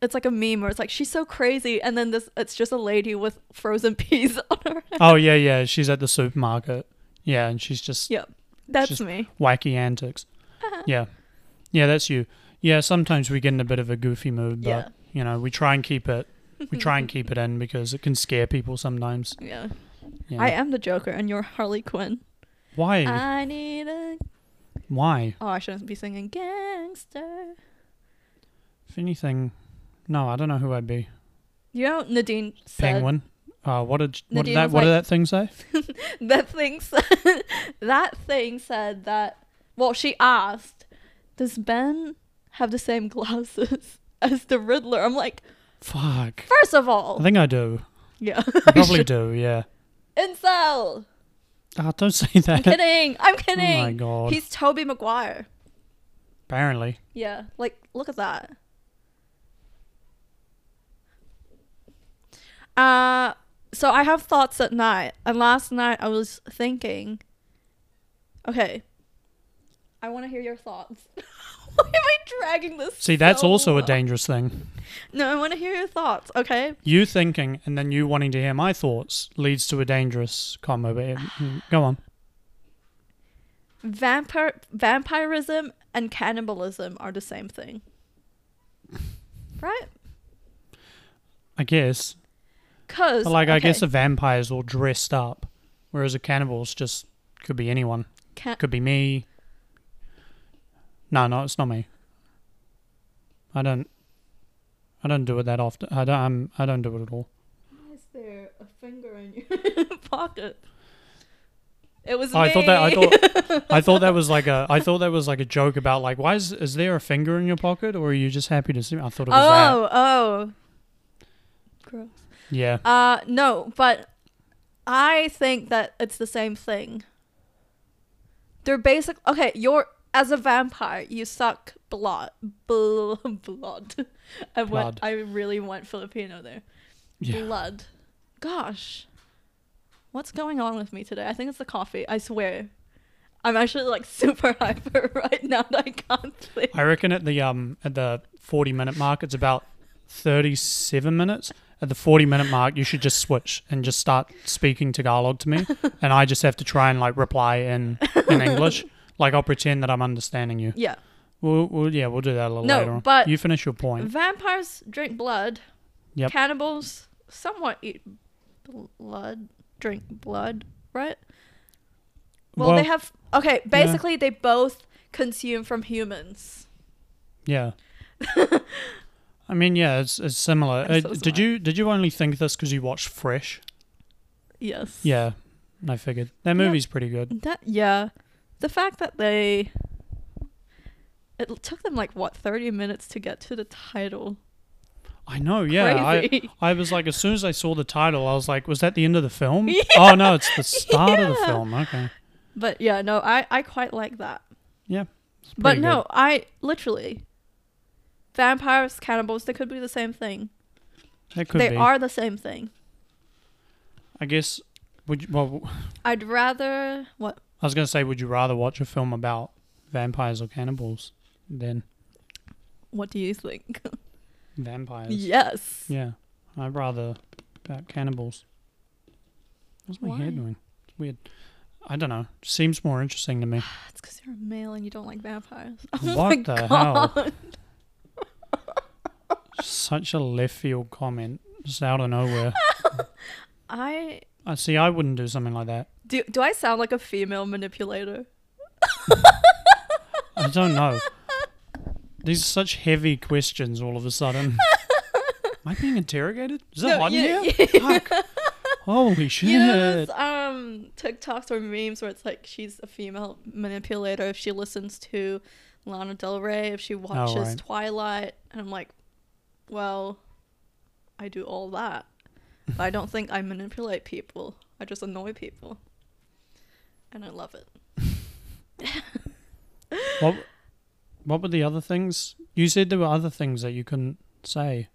S2: it's like a meme where it's like she's so crazy, and then this it's just a lady with frozen peas on her head.
S1: Oh yeah, yeah. She's at the supermarket. Yeah, and she's just
S2: Yep, that's
S1: Just-
S2: me.
S1: wacky antics. Yeah. Yeah, that's you. Yeah, sometimes we get in a bit of a goofy mood, but
S2: Yeah.
S1: you know, we try and keep it we try and keep it in because it can scare people sometimes.
S2: Yeah.
S1: Yeah.
S2: I uh, am the Joker and you're Harley Quinn.
S1: Why?
S2: I need a.
S1: Why?
S2: Oh, I shouldn't be singing gangster.
S1: If anything no, I don't know who I'd be.
S2: You know, Nadine said
S1: Penguin. Uh, what did what
S2: Nadine
S1: did that
S2: was
S1: what did
S2: like-
S1: that thing say?
S2: that thing said that thing said that. Well, she asked, "Does Ben have the same glasses as the Riddler?" I'm like,
S1: Fuck.
S2: first of
S1: I
S2: all,
S1: think I do.
S2: yeah,
S1: I probably do, yeah.
S2: incel.
S1: Oh, don't say
S2: I'm
S1: that.
S2: kidding. I'm
S1: Oh my
S2: kidding.
S1: god.
S2: He's Toby Maguire.
S1: Apparently.
S2: Yeah, like look at that. Uh so I have thoughts at night. And last night I was thinking Okay. I want to hear your thoughts. Why am I dragging this?
S1: See, that's
S2: so
S1: also a
S2: long?
S1: dangerous thing.
S2: No, I want to hear your thoughts, okay?
S1: You thinking and then you wanting to hear my thoughts leads to a dangerous combo. But mm, go on.
S2: Vampire vampirism and cannibalism are the same thing. Right?
S1: I guess.
S2: Cuz
S1: But like, I guess a vampire's all dressed up, whereas a cannibal's just could be anyone.
S2: Can-
S1: Could be me. No, no, it's not me. I don't. I don't do it that often. I don't. I'm, I don't do it at all.
S2: Why is there a finger in your pocket? It was
S1: Oh,
S2: me.
S1: I thought that. I thought. I thought that was like a. I thought that was like a joke about like why is is there a finger in your pocket or are you just happy to see? me? I thought it was
S2: oh, oh. Gross.
S1: that. Yeah.
S2: Uh, no, but I think that it's the same thing. They're basic. Okay, you're as a vampire, you suck blood, bl- blood. I
S1: Blood.
S2: went. I really went Filipino there.
S1: Yeah.
S2: Blood. Gosh. What's going on with me today? I think it's the coffee. I swear. I'm actually like super hyper right now that I can't sleep.
S1: I reckon at the um at the forty minute mark, it's about thirty seven minutes. At the forty minute mark, you should just switch and just start speaking Tagalog to me, and I just have to try and like reply in in English. Like I'll pretend that I'm understanding you.
S2: Yeah.
S1: We'll, we'll yeah, we'll do that a little
S2: No,
S1: later on.
S2: but-
S1: you finish your point.
S2: Vampires drink blood.
S1: Yep.
S2: Cannibals somewhat eat blood, drink blood, right? Well,
S1: Well,
S2: they have. Okay, basically, they both consume from humans.
S1: Yeah. I mean, yeah, it's, it's similar.
S2: I'm
S1: Uh,
S2: so
S1: did
S2: smart.
S1: you did you only think this because you watched Fresh?
S2: Yes.
S1: Yeah, I figured that
S2: Yeah.
S1: movie's pretty good.
S2: That yeah, the fact that they it l- took them like what thirty minutes to get to the title.
S1: I know. Yeah, I-
S2: Crazy.
S1: I was like, as soon as I saw the title, I was like, was that the end of the film? Oh no, it's the start of the
S2: Yeah.
S1: film. Okay.
S2: But yeah, no, I I quite like that.
S1: Yeah. it's
S2: But
S1: pretty
S2: no, I literally vampires, cannibals, they could be the same thing.
S1: good. that could
S2: they
S1: be.
S2: are the same thing.
S1: I guess. Would you, well,
S2: I'd rather what
S1: I was gonna say, would you rather watch a film about vampires or cannibals than
S2: what do you think?
S1: vampires?
S2: yes.
S1: Yeah, I'd rather about cannibals. What's my hair
S2: Why?
S1: doing? It's weird. I don't know. Seems more interesting to me.
S2: That's because you're a male and you don't like vampires.
S1: what the hell? Such a left field comment, just out of nowhere.
S2: I
S1: I see. I wouldn't do something like that.
S2: do do I sound like a female manipulator?
S1: I don't know. These are such heavy questions all of a sudden. Am I being interrogated? Is it
S2: No,
S1: hot
S2: yeah,
S1: in here? Fuck. Holy shit.
S2: You know those um TikToks or memes where it's like she's a female manipulator if she listens to Lana Del Rey, if she watches
S1: Oh, right.
S2: Twilight, and I'm like, well, I do all that. But I don't think I manipulate people. I just annoy people. And I love it.
S1: What, what were the other things? You said there were other things that you couldn't say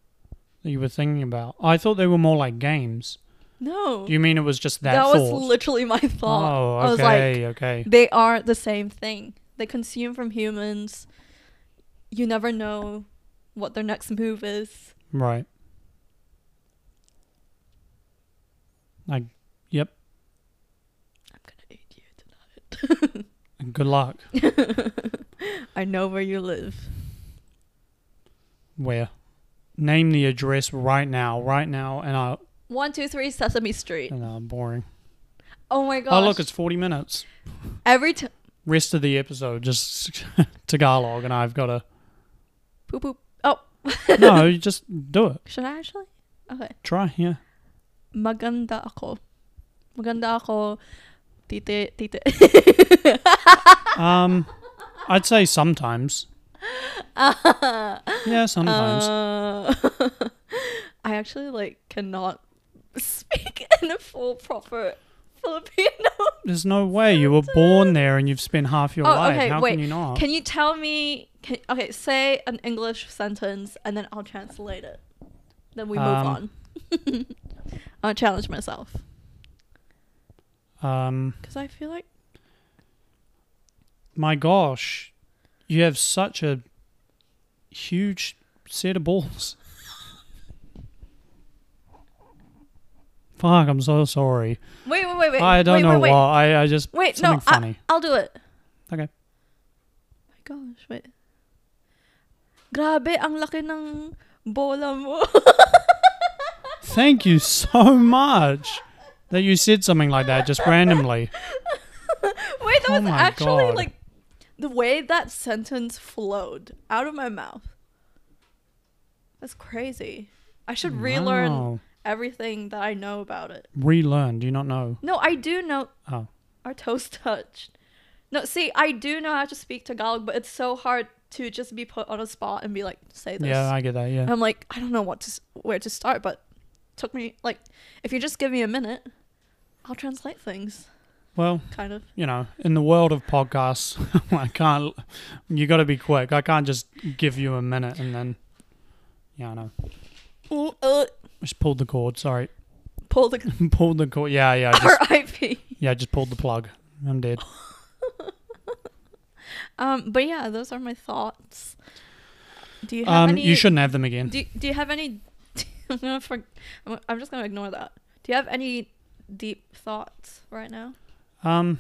S1: that you were thinking about. I thought they were more like games.
S2: No.
S1: Do you mean it was just that,
S2: that was
S1: thought?
S2: literally my thought.
S1: Oh,
S2: I was
S1: okay,
S2: like,
S1: okay.
S2: They are the same thing. They consume from humans. You never know what their next move is.
S1: Right. Like, yep.
S2: I'm gonna eat you tonight.
S1: Good luck.
S2: I know where you live.
S1: Where? Name the address right now, right now, and I
S2: One, two, three, Sesame Street.
S1: and I'm boring.
S2: Oh my gosh.
S1: Mm. Oh look, it's forty minutes.
S2: every time.
S1: Rest of the episode just Tagalog, and I've got to
S2: Poop poop. Oh,
S1: no. You just do it.
S2: should I actually? Okay.
S1: Try yeah.
S2: Maganda ako. Maganda ako. Tite, tite.
S1: Um, I'd say sometimes. yeah, sometimes.
S2: Uh, I actually like cannot speak in a full proper Filipino.
S1: There's no way you were born there and you've spent half your
S2: Oh,
S1: life.
S2: okay,
S1: How
S2: wait.
S1: can you not?
S2: Can you tell me? Can, okay, say an English sentence and then I'll translate it. Then we move
S1: Um,
S2: on. I'll challenge myself
S1: um,
S2: because I feel like
S1: my gosh, you have such a huge set of balls. Fuck, I'm so sorry.
S2: wait, wait, wait, wait.
S1: I don't
S2: wait,
S1: know
S2: wait, wait.
S1: why. I, I just
S2: Wait,
S1: something
S2: no,
S1: funny.
S2: I, I'll do it.
S1: Okay.
S2: My gosh, wait. Grabe, ang laki ng bola mo.
S1: Thank you so much that you said something like that just randomly.
S2: Wait, that
S1: Oh
S2: was
S1: my
S2: actually
S1: God.
S2: like the way that sentence flowed out of my mouth. That's crazy. I should relearn
S1: Wow.
S2: everything that I know about it.
S1: Relearn. Do you not know?
S2: No, I do know
S1: Oh.
S2: our toes touched. No, see, I do know how to speak Tagalog, but it's so hard to just be put on a spot and be like, say this.
S1: Yeah, I get that. Yeah.
S2: I'm like, I don't know what to s- where to start, but took me like if you just give me a minute, I'll translate things
S1: Well,
S2: kind of.
S1: you know, in the world of podcasts, I can't. You got to be quick. I can't just give you a minute and then. Yeah, I know.
S2: Ooh, uh,
S1: Just pulled the cord. Sorry,
S2: pull the
S1: pulled the cord. Yeah, yeah, I just,
S2: RIP.
S1: yeah. I Just pulled the plug. I'm dead.
S2: Um but yeah, those are my thoughts. Do you have
S1: Um,
S2: any
S1: you shouldn't have them again.
S2: do, do you have any I'm going to for, I'm, I'm just going to ignore that. Do you have any deep thoughts right now?
S1: Um.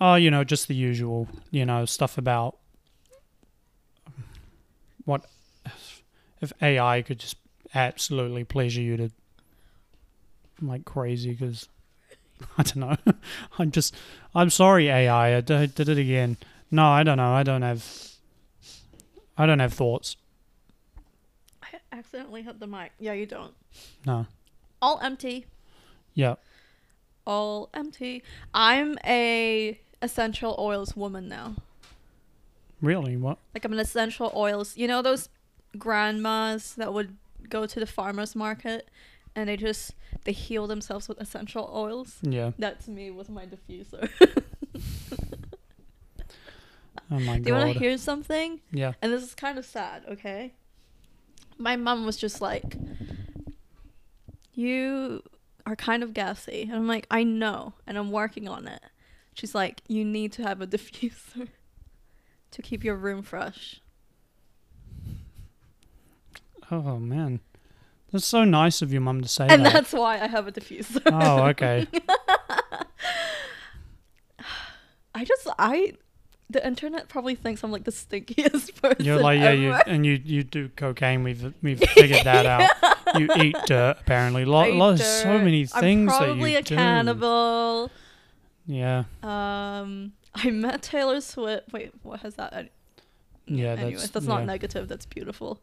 S1: Oh, you know, just the usual, you know, stuff about what if AI could just absolutely pleasure you to like crazy because I don't know. I'm just, I'm sorry, AI. I d- I did it again. No, I don't know. I don't have, I don't have thoughts.
S2: I accidentally hit the mic. Yeah, you don't.
S1: No.
S2: All empty.
S1: Yeah.
S2: All empty. I'm a essential oils woman now.
S1: Really? What?
S2: like I'm an essential oils. You know those grandmas that would go to the farmers market and they just they heal themselves with essential oils.
S1: Yeah.
S2: That's me with my diffuser.
S1: Oh my
S2: Do you want
S1: god.
S2: to hear something?
S1: yeah.
S2: And this is kind of sad, okay? My mom was just like, You are kind of gassy. And I'm like, I know, and I'm working on it. She's like, You need to have a diffuser to keep your room fresh.
S1: Oh man, that's so nice of your mum to say
S2: And
S1: that.
S2: that's why I have a diffuser.
S1: oh, okay.
S2: I just I the internet probably thinks I'm like the stinkiest person.
S1: You're like, yeah, you
S2: ever.
S1: and you you do cocaine. We've we've figured that out. You eat dirt apparently. Lot,
S2: I
S1: lot, so
S2: dirt.
S1: many things
S2: I'm
S1: that you
S2: probably a
S1: do.
S2: cannibal.
S1: Yeah,
S2: Um, I met Taylor Swift. Wait, what has that? any-
S1: yeah.
S2: Anyways,
S1: that's
S2: that's, not
S1: yeah.
S2: negative. That's beautiful.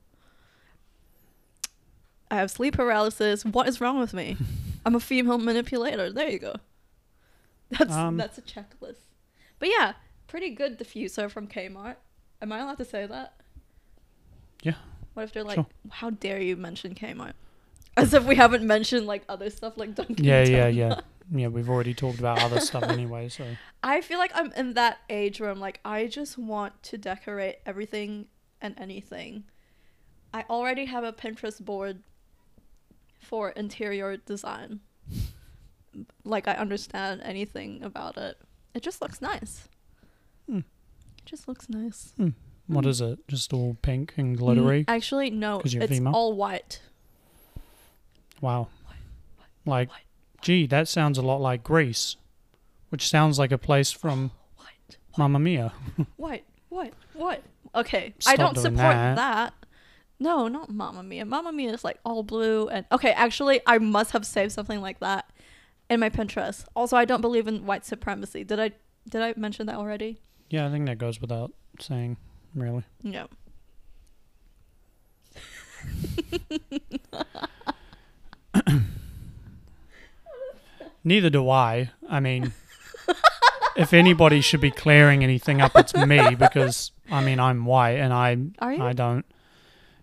S2: I have sleep paralysis. What is wrong with me? I'm a female manipulator. There you go. That's
S1: Um,
S2: that's a checklist. But yeah, pretty good diffuser from Kmart. Am I allowed to say that?
S1: Yeah.
S2: What if they're like,
S1: Sure.
S2: "How dare you mention Kmart?" As if we haven't mentioned like other stuff like Dunkin'
S1: Yeah, yeah,
S2: Donuts.
S1: yeah, yeah. We've already talked about other stuff anyway. So
S2: I feel like I'm in that age where I'm like, I just want to decorate everything and anything. I already have a Pinterest board for interior design. Like, I understand anything about it. It just looks nice.
S1: Hmm.
S2: It just looks nice.
S1: what
S2: Mm.
S1: is it? Just all pink and glittery.
S2: Mm, Actually, no,
S1: 'Cause you're
S2: it's
S1: female?
S2: all white.
S1: Wow. Like,
S2: what-
S1: gee, that sounds a lot like Greece, which sounds like a place from
S2: White.
S1: Mamma Mia.
S2: What? What? What? Okay, I
S1: Stop
S2: don't
S1: doing
S2: support
S1: that.
S2: that. No, not Mamma Mia. Mamma Mia is like all blue and okay. Actually, I must have saved something like that in my Pinterest. Also, I don't believe in white supremacy. Did I did I mention that already?
S1: Yeah, I think that goes without saying, really.
S2: No.
S1: Neither do I. I mean, if anybody should be clearing anything up, it's me because I mean I'm white and I
S2: Are you?
S1: I don't.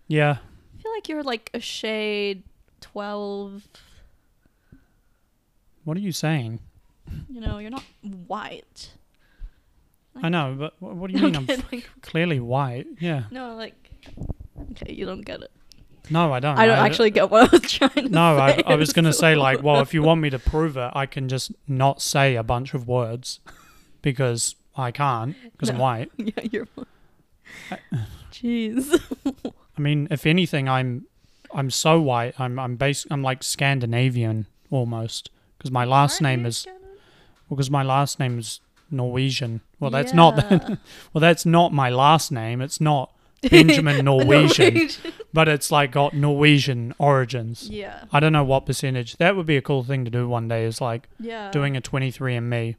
S1: Yeah,
S2: I feel like you're like a shade twelve.
S1: what are you saying?
S2: You know, you're not white.
S1: I know, but wh- what do you mean? I'm
S2: kidding.
S1: clearly white. Yeah.
S2: No, like okay, you don't get it.
S1: No, I don't.
S2: I don't actually get what I was trying to
S1: No, I,
S2: say.
S1: I was gonna say like, well, if you want me to prove it, I can just not say a bunch of words because I can't because I'm
S2: No.
S1: white.
S2: yeah, you're. Jeez.
S1: I mean, if anything, I'm I'm so white. I'm I'm bas- I'm like Scandinavian almost because my last name is because my last name is Norwegian. Well, that's not well, that's not my last name. It's not Benjamin Norwegian, but it's like got Norwegian origins.
S2: Yeah.
S1: I don't know what percentage. That would be a cool thing to do one day. Is like
S2: Yeah.
S1: doing a 23andMe.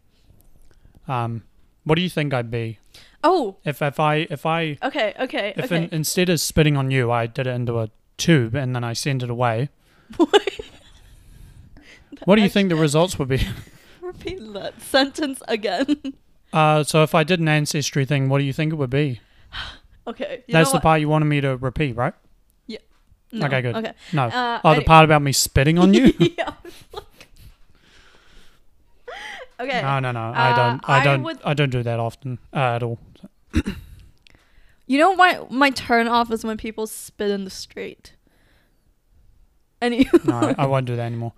S1: Um, what do you think I'd be
S2: Oh.
S1: if if I if I
S2: Okay. Okay.
S1: if
S2: okay.
S1: in, instead of spitting on you, I did it into a tube and then I sent it away? What do you think the results would be?
S2: Repeat that sentence again.
S1: Uh, so if I did an ancestry thing, what do you think it would be?
S2: okay. you
S1: That's
S2: know
S1: the
S2: what?
S1: part you wanted me to repeat, right?
S2: No,
S1: okay, good.
S2: Okay.
S1: No.
S2: Uh,
S1: oh, the
S2: I-
S1: part about me spitting on you?
S2: yeah. okay. Uh,
S1: No, no, no. I don't. I
S2: I
S1: don't. I,
S2: would-
S1: don't do that often uh, at all.
S2: You know my my turn off is when people spit in the street. And you
S1: No, I, I won't do that anymore.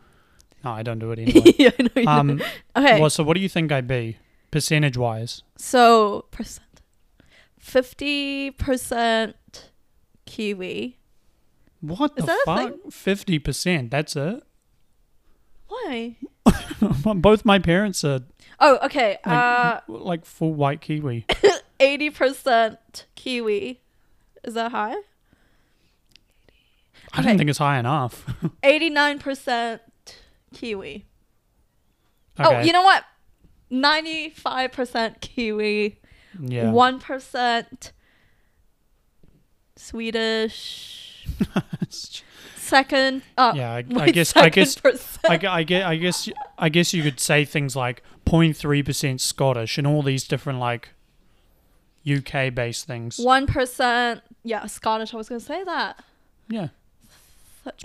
S1: No, I don't do it anyway.
S2: yeah, I know you know.
S1: Um,
S2: Okay.
S1: well, so what do you think I'd be percentage wise?
S2: so percent. Fifty percent kiwi.
S1: What
S2: Is
S1: the
S2: that a thing?
S1: fuck? Fifty percent. That's it.
S2: Why?
S1: Both my parents are
S2: Oh, okay.
S1: like,
S2: Uh
S1: like full white kiwi.
S2: eighty percent kiwi. Is that high?
S1: I don't
S2: Okay.
S1: think it's high enough.
S2: Eighty nine percent kiwi.
S1: okay.
S2: Oh, you know what? Ninety five percent kiwi.
S1: yeah.
S2: One Swedish. Second. Uh,
S1: yeah, I, I
S2: wait,
S1: guess. I
S2: second
S1: guess. I,
S2: Percent.
S1: gu- I guess. I guess. I guess you could say things like 03 percent Scottish and all these different like UK based things.
S2: One percent. Yeah, Scottish. I was gonna say that.
S1: Yeah,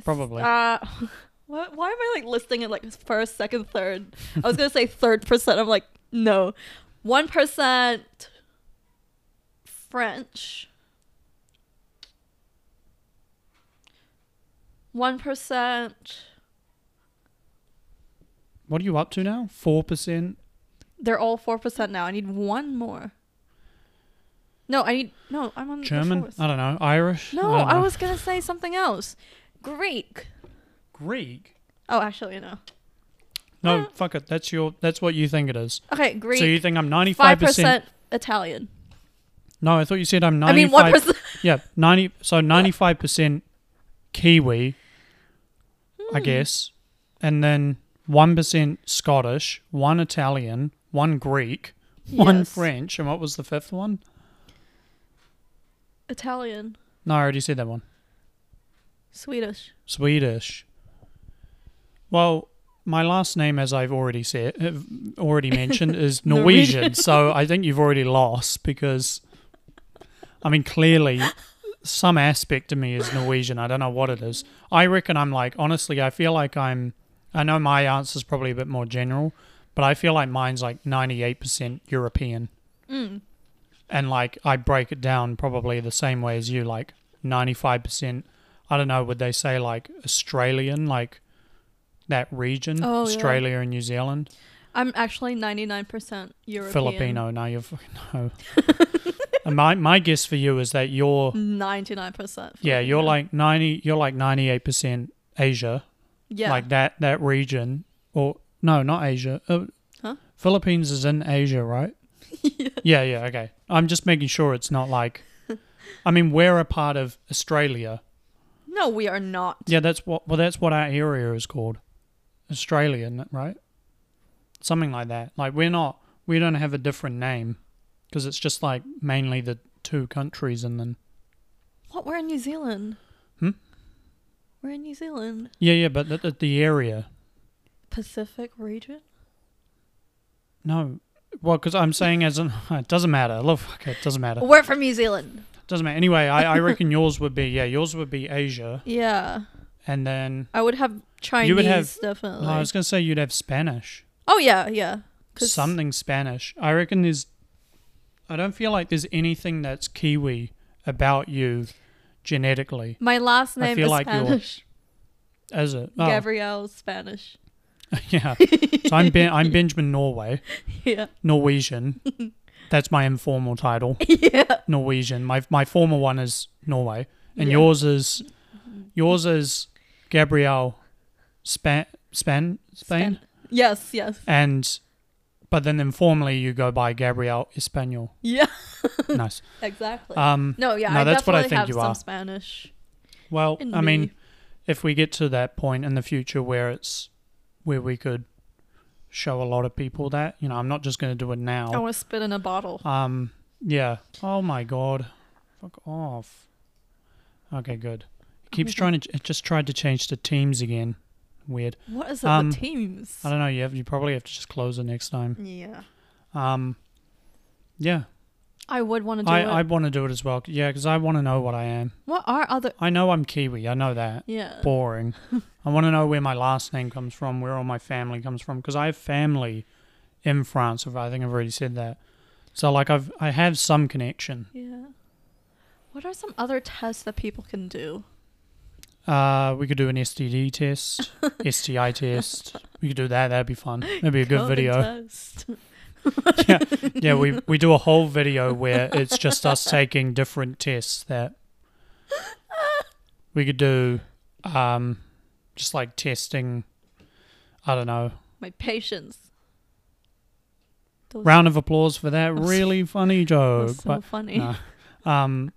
S1: probably.
S2: Uh, what, why am I like listing it like first, second, third? I was gonna say third percent. I'm like, no, one percent French, one percent.
S1: What are you up to now? Four percent.
S2: They're all four percent now. I need one more. No, I need no. I'm on the
S1: German.
S2: fourth.
S1: I don't know. Irish.
S2: Mm, No,
S1: I, don't
S2: I
S1: know.
S2: was gonna say something else. Greek.
S1: Greek.
S2: Oh, actually, no.
S1: No,
S2: Uh.
S1: fuck it. That's your. That's what you think it is.
S2: Okay, Greek.
S1: So you think I'm ninety
S2: five
S1: five percent?
S2: percent Italian.
S1: No, I thought you said I'm
S2: I
S1: ninety
S2: mean,
S1: five.
S2: one percent.
S1: Yeah, ninety. So ninety-five percent Kiwi, I guess, and then one percent Scottish, one Italian, one Greek, one
S2: Yes.
S1: French, and what was the fifth one?
S2: Italian,
S1: No, I already said that one.
S2: Swedish.
S1: Swedish. Well, my last name, as I've already said, have already mentioned, is Norwegian.
S2: Norwegian.
S1: so I think you've already lost because, I mean, clearly, some aspect of me is Norwegian. I don't know what it is. I reckon I'm like honestly, I feel like I'm. I know my answer's probably a bit more general, but I feel like mine's like ninety-eight percent European.
S2: Mm.
S1: And like I break it down probably the same way as you, like ninety-five percent. I don't know. Would they say like Australian, like that region,
S2: Oh, yeah.
S1: Australia and New Zealand,
S2: I'm actually 99% European.
S1: Filipino? No, you fucking know. and my my guess for you is that you're
S2: 99%. Mm. Filipino.
S1: yeah you're like ninety you're like ninety-eight percent Asia,
S2: yeah.
S1: like that that region or no not Asia. Uh,
S2: Huh?
S1: Philippines is in Asia, right? Yeah, yeah, okay. I'm just making sure it's not like. I mean, we're a part of Australia.
S2: No, we are not.
S1: Yeah, that's what. Well, that's what our area is called, Australia, isn't it, right? Something like that. Like we're not. We don't have a different name, because it's just like mainly the two countries, and then
S2: What? We're in New Zealand.
S1: Hmm?
S2: We're in New Zealand.
S1: yeah, yeah. But the, the, the area.
S2: Pacific region?
S1: No. Well, because I'm saying as an it doesn't matter. Look, fuck it, doesn't matter.
S2: We're from New Zealand.
S1: Doesn't matter. Anyway, I, I reckon yours would be yeah, yours would be Asia,
S2: Yeah.
S1: and then
S2: I would have Chinese,
S1: would have-
S2: definitely.
S1: no, I was gonna say you'd have Spanish.
S2: oh, yeah, yeah. 'Cause-
S1: something Spanish. I reckon there's. I don't feel like there's anything that's Kiwi about you, genetically.
S2: My last name
S1: feel
S2: is
S1: like you're-
S2: Spanish.
S1: Is it? Oh,
S2: Gabrielle Spanish.
S1: yeah. So I'm ben- I'm Benjamin Norway,
S2: Yeah.
S1: Norwegian. That's my informal title,
S2: yeah.
S1: Norwegian. My my formal one is Norway, and
S2: Yeah.
S1: yours is yours is Gabrielle Span Span Spain,
S2: Span- Yes, yes.
S1: and but then informally you go by Gabrielle Espanol.
S2: Yeah,
S1: nice.
S2: exactly.
S1: Um,
S2: no, yeah,
S1: no,
S2: I
S1: that's what
S2: definitely
S1: I think
S2: have
S1: you
S2: some
S1: are.
S2: Spanish.
S1: Well,
S2: in
S1: I
S2: me.
S1: mean, if we get to that point in the future where it's where we could show a lot of people that, you know, I'm not just going to do it
S2: I
S1: now.
S2: want to spit in a bottle.
S1: Um, yeah. Oh my god. Fuck off. Okay, good. It keeps trying to. It just tried to change to teams again. Weird.
S2: What is it
S1: um,
S2: with teams?
S1: I don't know. You have. You probably have to just close it next time.
S2: Yeah.
S1: Um, yeah.
S2: I would want to do
S1: I
S2: it.
S1: I want to do it as well. Yeah, because I want to know what I am.
S2: what are other.
S1: I know I'm Kiwi. I know that.
S2: Yeah.
S1: boring. I want to know where my last name comes from, where all my family comes from, because I have family in France. If I think I've already said that, so like I've I have some connection.
S2: Yeah. What are some other tests that people can do?
S1: Uh, we could do an STD test, STI test. We could do that. That'd be fun. That'd be a good
S2: COVID
S1: video.
S2: Test.
S1: yeah, yeah. We we do a whole video where it's just us taking different tests that we could do, um, just like testing. I don't know.
S2: My patience. Those
S1: Round of applause for that
S2: was-
S1: really funny joke.
S2: was so
S1: but-
S2: funny.
S1: no. Um,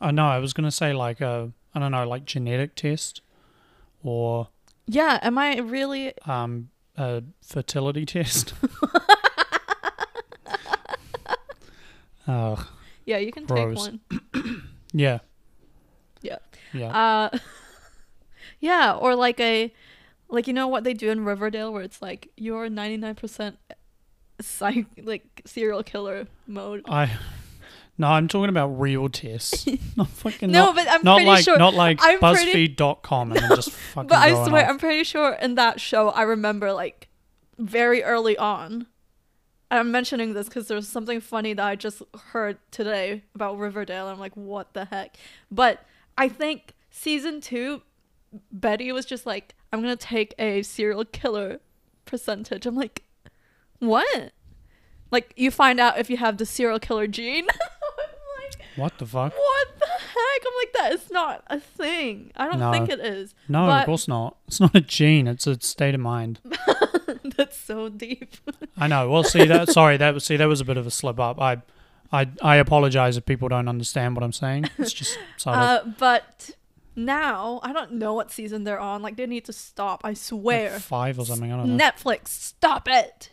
S1: I know. I was gonna say like a I don't know like genetic test, or
S2: Yeah, am I really?
S1: um a fertility test. Oh
S2: Yeah, you can take
S1: Gross.
S2: one.
S1: yeah.
S2: Yeah.
S1: Yeah.
S2: Uh, yeah, or like a, like you know what they do in Riverdale, where it's like you're ninety nine percent, psych like serial killer mode.
S1: I. No, I'm talking about real tests. Not fucking.
S2: no,
S1: not,
S2: but I'm
S1: not
S2: pretty
S1: like
S2: sure.
S1: not like
S2: I'm pretty-
S1: BuzzFeed.com and I'm just fucking.
S2: but I
S1: going
S2: swear,
S1: off.
S2: I'm pretty sure in that show, I remember like very early on. And I'm mentioning this because there's something funny that I just heard today about Riverdale. I'm like, what the heck? But I think season two, Betty was just like, I'm gonna take a serial killer percentage. I'm like, what? Like you find out if you have the serial killer gene. I'm like,
S1: What the fuck?
S2: what the heck? I'm like, that is not a thing. I don't
S1: No.
S2: think it is.
S1: No,
S2: But-
S1: of course not. It's not a gene. It's a state of mind.
S2: That's so deep.
S1: I know. Well, see that. Sorry, that was see that was a bit of a slip up. I, I, I apologize if people don't understand what I'm saying. It's just sort of
S2: Uh, but now I don't know what season they're on. Like they need to stop. I
S1: like
S2: swear.
S1: five or something. I don't know.
S2: Netflix, stop it.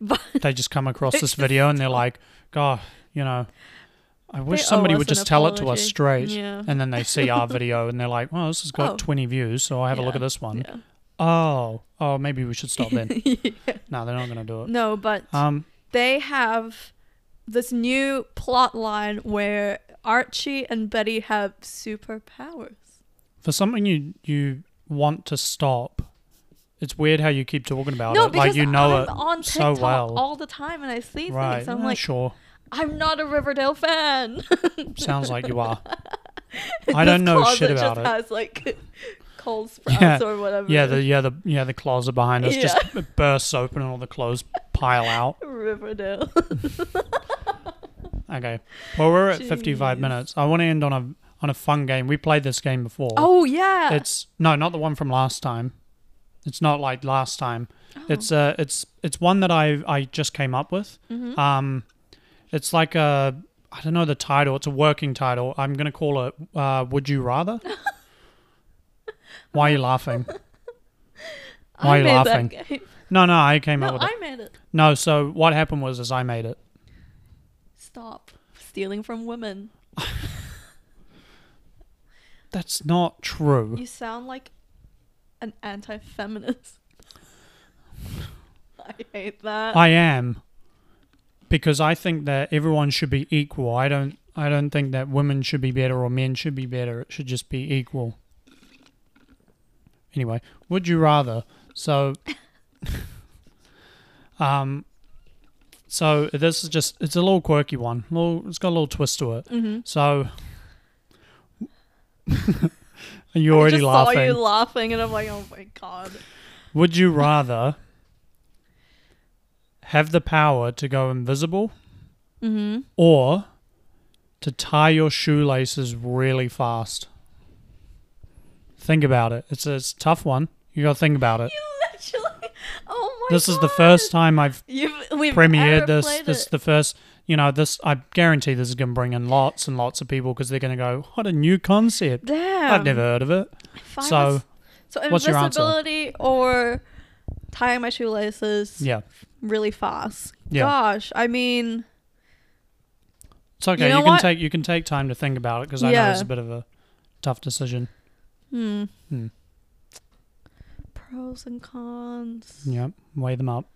S2: but
S1: They just come across
S2: They
S1: this
S2: just
S1: video and they're like, God, you know, I wish
S2: They owe
S1: somebody
S2: us
S1: would
S2: an
S1: just tell it to us
S2: apology."
S1: straight.
S2: Yeah.
S1: And then they see our video and they're like, Well, this has got
S2: Oh.
S1: 20 views, so I'll have a look
S2: Yeah.
S1: at this one.
S2: yeah.
S1: Oh, oh, maybe we should stop then. No, they're not gonna do it.
S2: no, but
S1: Um,
S2: they have this new plot line where Archie and Betty have superpowers.
S1: for something you you want to stop, it's weird how you keep talking about
S2: No,
S1: it.
S2: because
S1: Like you know
S2: I'm
S1: it
S2: on
S1: so
S2: TikTok
S1: well.
S2: all the time and I see
S1: right?
S2: things. I'm
S1: yeah,
S2: like,
S1: sure.
S2: I'm not a Riverdale fan.
S1: Sounds like you are. I don't
S2: This
S1: know shit
S2: closet
S1: about
S2: just
S1: it.
S2: Has like cold sprouts
S1: Yeah.
S2: or whatever.
S1: Yeah, the yeah the yeah the closet behind us just bursts open and all the clothes pile out.
S2: Riverdale.
S1: Okay, well we're at fifty five
S2: Jeez.
S1: minutes. I want to end on a on a fun game. We played this game before.
S2: oh yeah.
S1: it's no, not the one from last time. It's not like last time. It's uh, it's it's one that I I just came up with.
S2: Mm-hmm.
S1: Um, it's like a I don't know the title. It's a working title. I'm gonna call it uh, "Would You Rather." Why are you laughing? Why are you laughing?
S2: That game.
S1: No, no, I came up
S2: No,
S1: with it.
S2: I made it.
S1: No, so what happened was is I made it.
S2: Stop stealing from women.
S1: That's not true.
S2: You sound like an anti-feminist. I hate that.
S1: I am because I think that everyone should be equal. I don't I don't think that women should be better or men should be better. It should just be equal. Anyway, would you rather? So um so this is just it's a little quirky one. Little, it's got a little twist to it.
S2: mm-hmm.
S1: So You're already
S2: I just
S1: laughing.
S2: saw you laughing, and I'm like, oh my god.
S1: Would you rather have the power to go invisible
S2: Mm-hmm.
S1: or to tie your shoelaces really fast? Think about it. It's a, it's a tough one. You gotta think about it.
S2: You literally. Oh my.
S1: This is the
S2: God.
S1: first time I've
S2: You've we've ever
S1: premiered this.
S2: played
S1: This is
S2: it.
S1: the first. You know, this I guarantee this is gonna bring in lots and lots of people because they're gonna go, "What a new concept!
S2: Damn.
S1: I've never heard of it."
S2: Fine,
S1: so
S2: let's- so
S1: what's your answer?
S2: invisibility or tying my shoelaces
S1: yeah,
S2: really fast.
S1: Yeah.
S2: Gosh, I mean,
S1: it's okay. You,
S2: know
S1: can
S2: what?
S1: take you can take time to think about it because I know it's
S2: Yeah.
S1: a bit of a tough decision.
S2: hmm.
S1: Hmm.
S2: Pros and cons.
S1: Yep, weigh them up.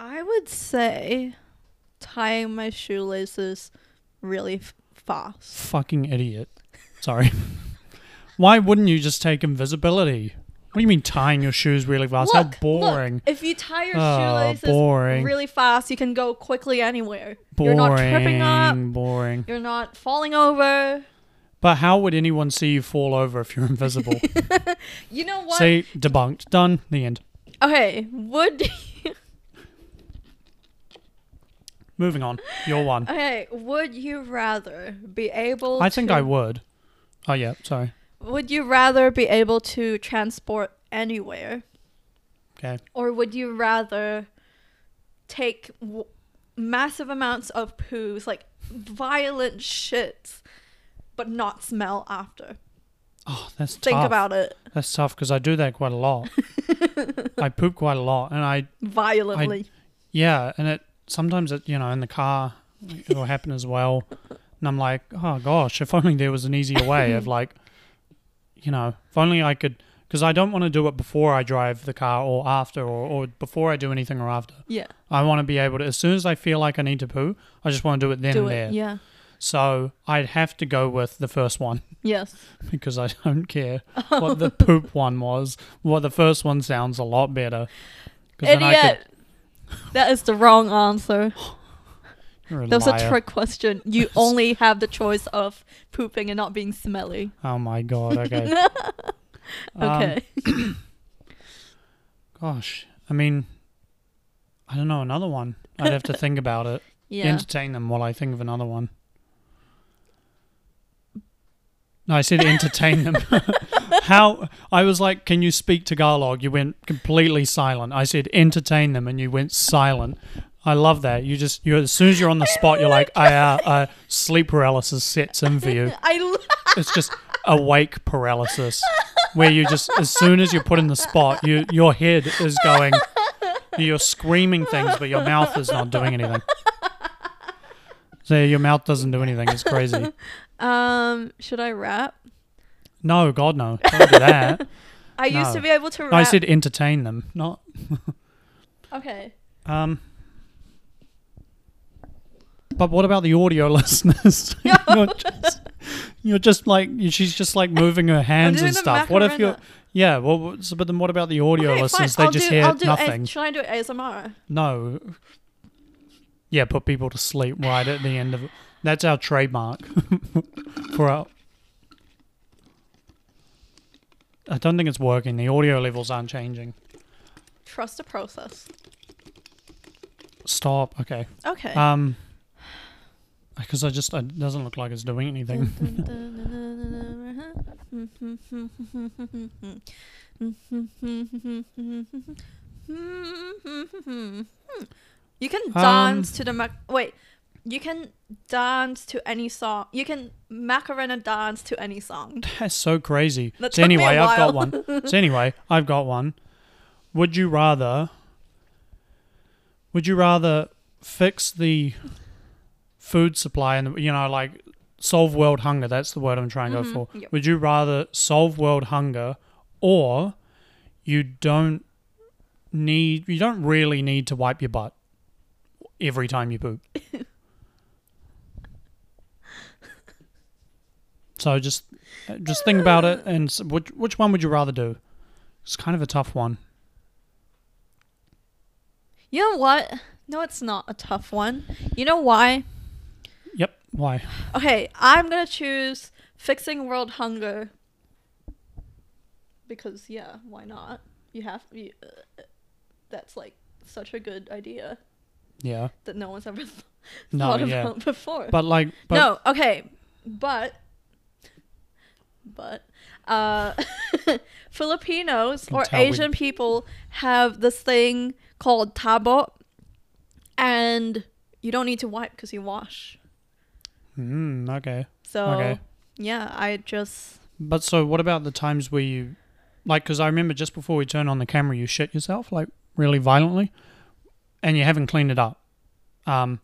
S2: I would say tying my shoelaces really f- fast.
S1: Fucking idiot. Sorry. Why wouldn't you just take invisibility? What do you mean tying your shoes really fast?
S2: Look,
S1: How boring.
S2: Look, if you tie your
S1: Oh,
S2: shoelaces
S1: boring.
S2: really fast, you can go quickly anywhere.
S1: boring.
S2: You're not tripping up.
S1: Boring.
S2: You're not falling over.
S1: But how would anyone see you fall over if you're invisible?
S2: You know what?
S1: See, debunked. Done. The end.
S2: okay, would you,
S1: Moving on. Your one.
S2: okay, would you rather be able
S1: I think
S2: to,
S1: I would. Oh, yeah. Sorry.
S2: Would you rather be able to transport anywhere
S1: Okay.
S2: or would you rather take w- massive amounts of poos, like violent shits, but not smell after?
S1: Oh, that's
S2: Think
S1: tough.
S2: about it.
S1: that's tough because I do that quite a lot. I poop quite a lot and I
S2: Violently.
S1: Yeah, and it sometimes it you know in the car it'll happen as well, and I'm like, oh gosh, if only there was an easier way of like, you know, if only I could, because I don't want to do it before I drive the car or after or, or before I do anything or after.
S2: yeah.
S1: I want to be able to as soon as I feel like I need to poo, I just want to do it then
S2: Do
S1: and
S2: it.
S1: there.
S2: Yeah.
S1: So I'd have to go with the first one
S2: Yes.
S1: because I don't care what the poop one was. What the first one sounds a lot better. 'Cause then I
S2: Idiot. That is the wrong answer.
S1: could- you're
S2: That was a
S1: liar.
S2: trick question. You only have the choice of pooping and not being smelly.
S1: Oh my god. Okay. Um,
S2: Okay.
S1: gosh, I mean, I don't know another one. I'd have to think about it.
S2: yeah.
S1: Entertain them while I think of another one. No, I said entertain them. How I was like, can you speak Tagalog? You went completely silent. I said entertain them, and you went silent. I love that. You just you as soon as you're on the spot, you're like, I uh, uh, sleep paralysis sets in for you.
S2: I l-
S1: It's just awake paralysis, where you just as soon as you're put in the spot, you your head is going, you're screaming things, but your mouth is not doing anything. So your mouth doesn't do anything. It's crazy.
S2: um should I rap?
S1: No, God, no, don't do that.
S2: I used
S1: No.
S2: to be able to rap.
S1: No, I said entertain them, not
S2: okay.
S1: um. But what about the audio listeners? you're, just, you're just like she's just like moving her hands
S2: doing
S1: and
S2: the
S1: stuff. What if you're
S2: Macarena.
S1: Yeah, well, w- so, but then what about the audio
S2: Okay,
S1: listeners?
S2: fine.
S1: They
S2: I'll
S1: just
S2: do,
S1: hear
S2: I'll do
S1: nothing.
S2: A- should I do ASMR?
S1: no. Yeah, put people to sleep right at the end of it. That's our trademark for our. I don't think it's working. The audio levels aren't changing.
S2: Trust the process.
S1: Stop. Okay.
S2: Okay.
S1: Um. Because I just it doesn't look like it's doing anything.
S2: You can
S1: Um,
S2: dance to the mac- wait. You can dance to any song. You can Macarena dance to any song.
S1: That's so crazy.
S2: That
S1: so
S2: took me
S1: anyway,
S2: a
S1: I've got
S2: while.
S1: one. So anyway, I've got one. Would you rather? Would you rather fix the food supply and you know like solve world hunger? That's the word I'm trying to go for.
S2: Mm-hmm. yep.
S1: Would you rather solve world hunger, or you don't need you don't really need to wipe your butt every time you poop? So just uh, just think about it, and s- which which one would you rather do? It's kind of a tough one.
S2: You know what? No, it's not a tough one. You know why?
S1: Yep. Why?
S2: Okay, I'm gonna choose fixing world hunger. Because yeah, why not? You have you, uh, that's like such a good idea
S1: Yeah.
S2: that no one's ever th-
S1: No,
S2: thought
S1: yeah.
S2: about before.
S1: But like, but
S2: no, okay, but but uh, Filipinos
S1: Can
S2: or
S1: tell we-
S2: Asian people have this thing called tabo, and you don't need to wipe because you wash.
S1: Mm, okay.
S2: So
S1: Okay.
S2: yeah, I just
S1: But so, what about the times where you, like, because I remember just before we turn on the camera, you shit yourself like really violently, and you haven't cleaned it up, um,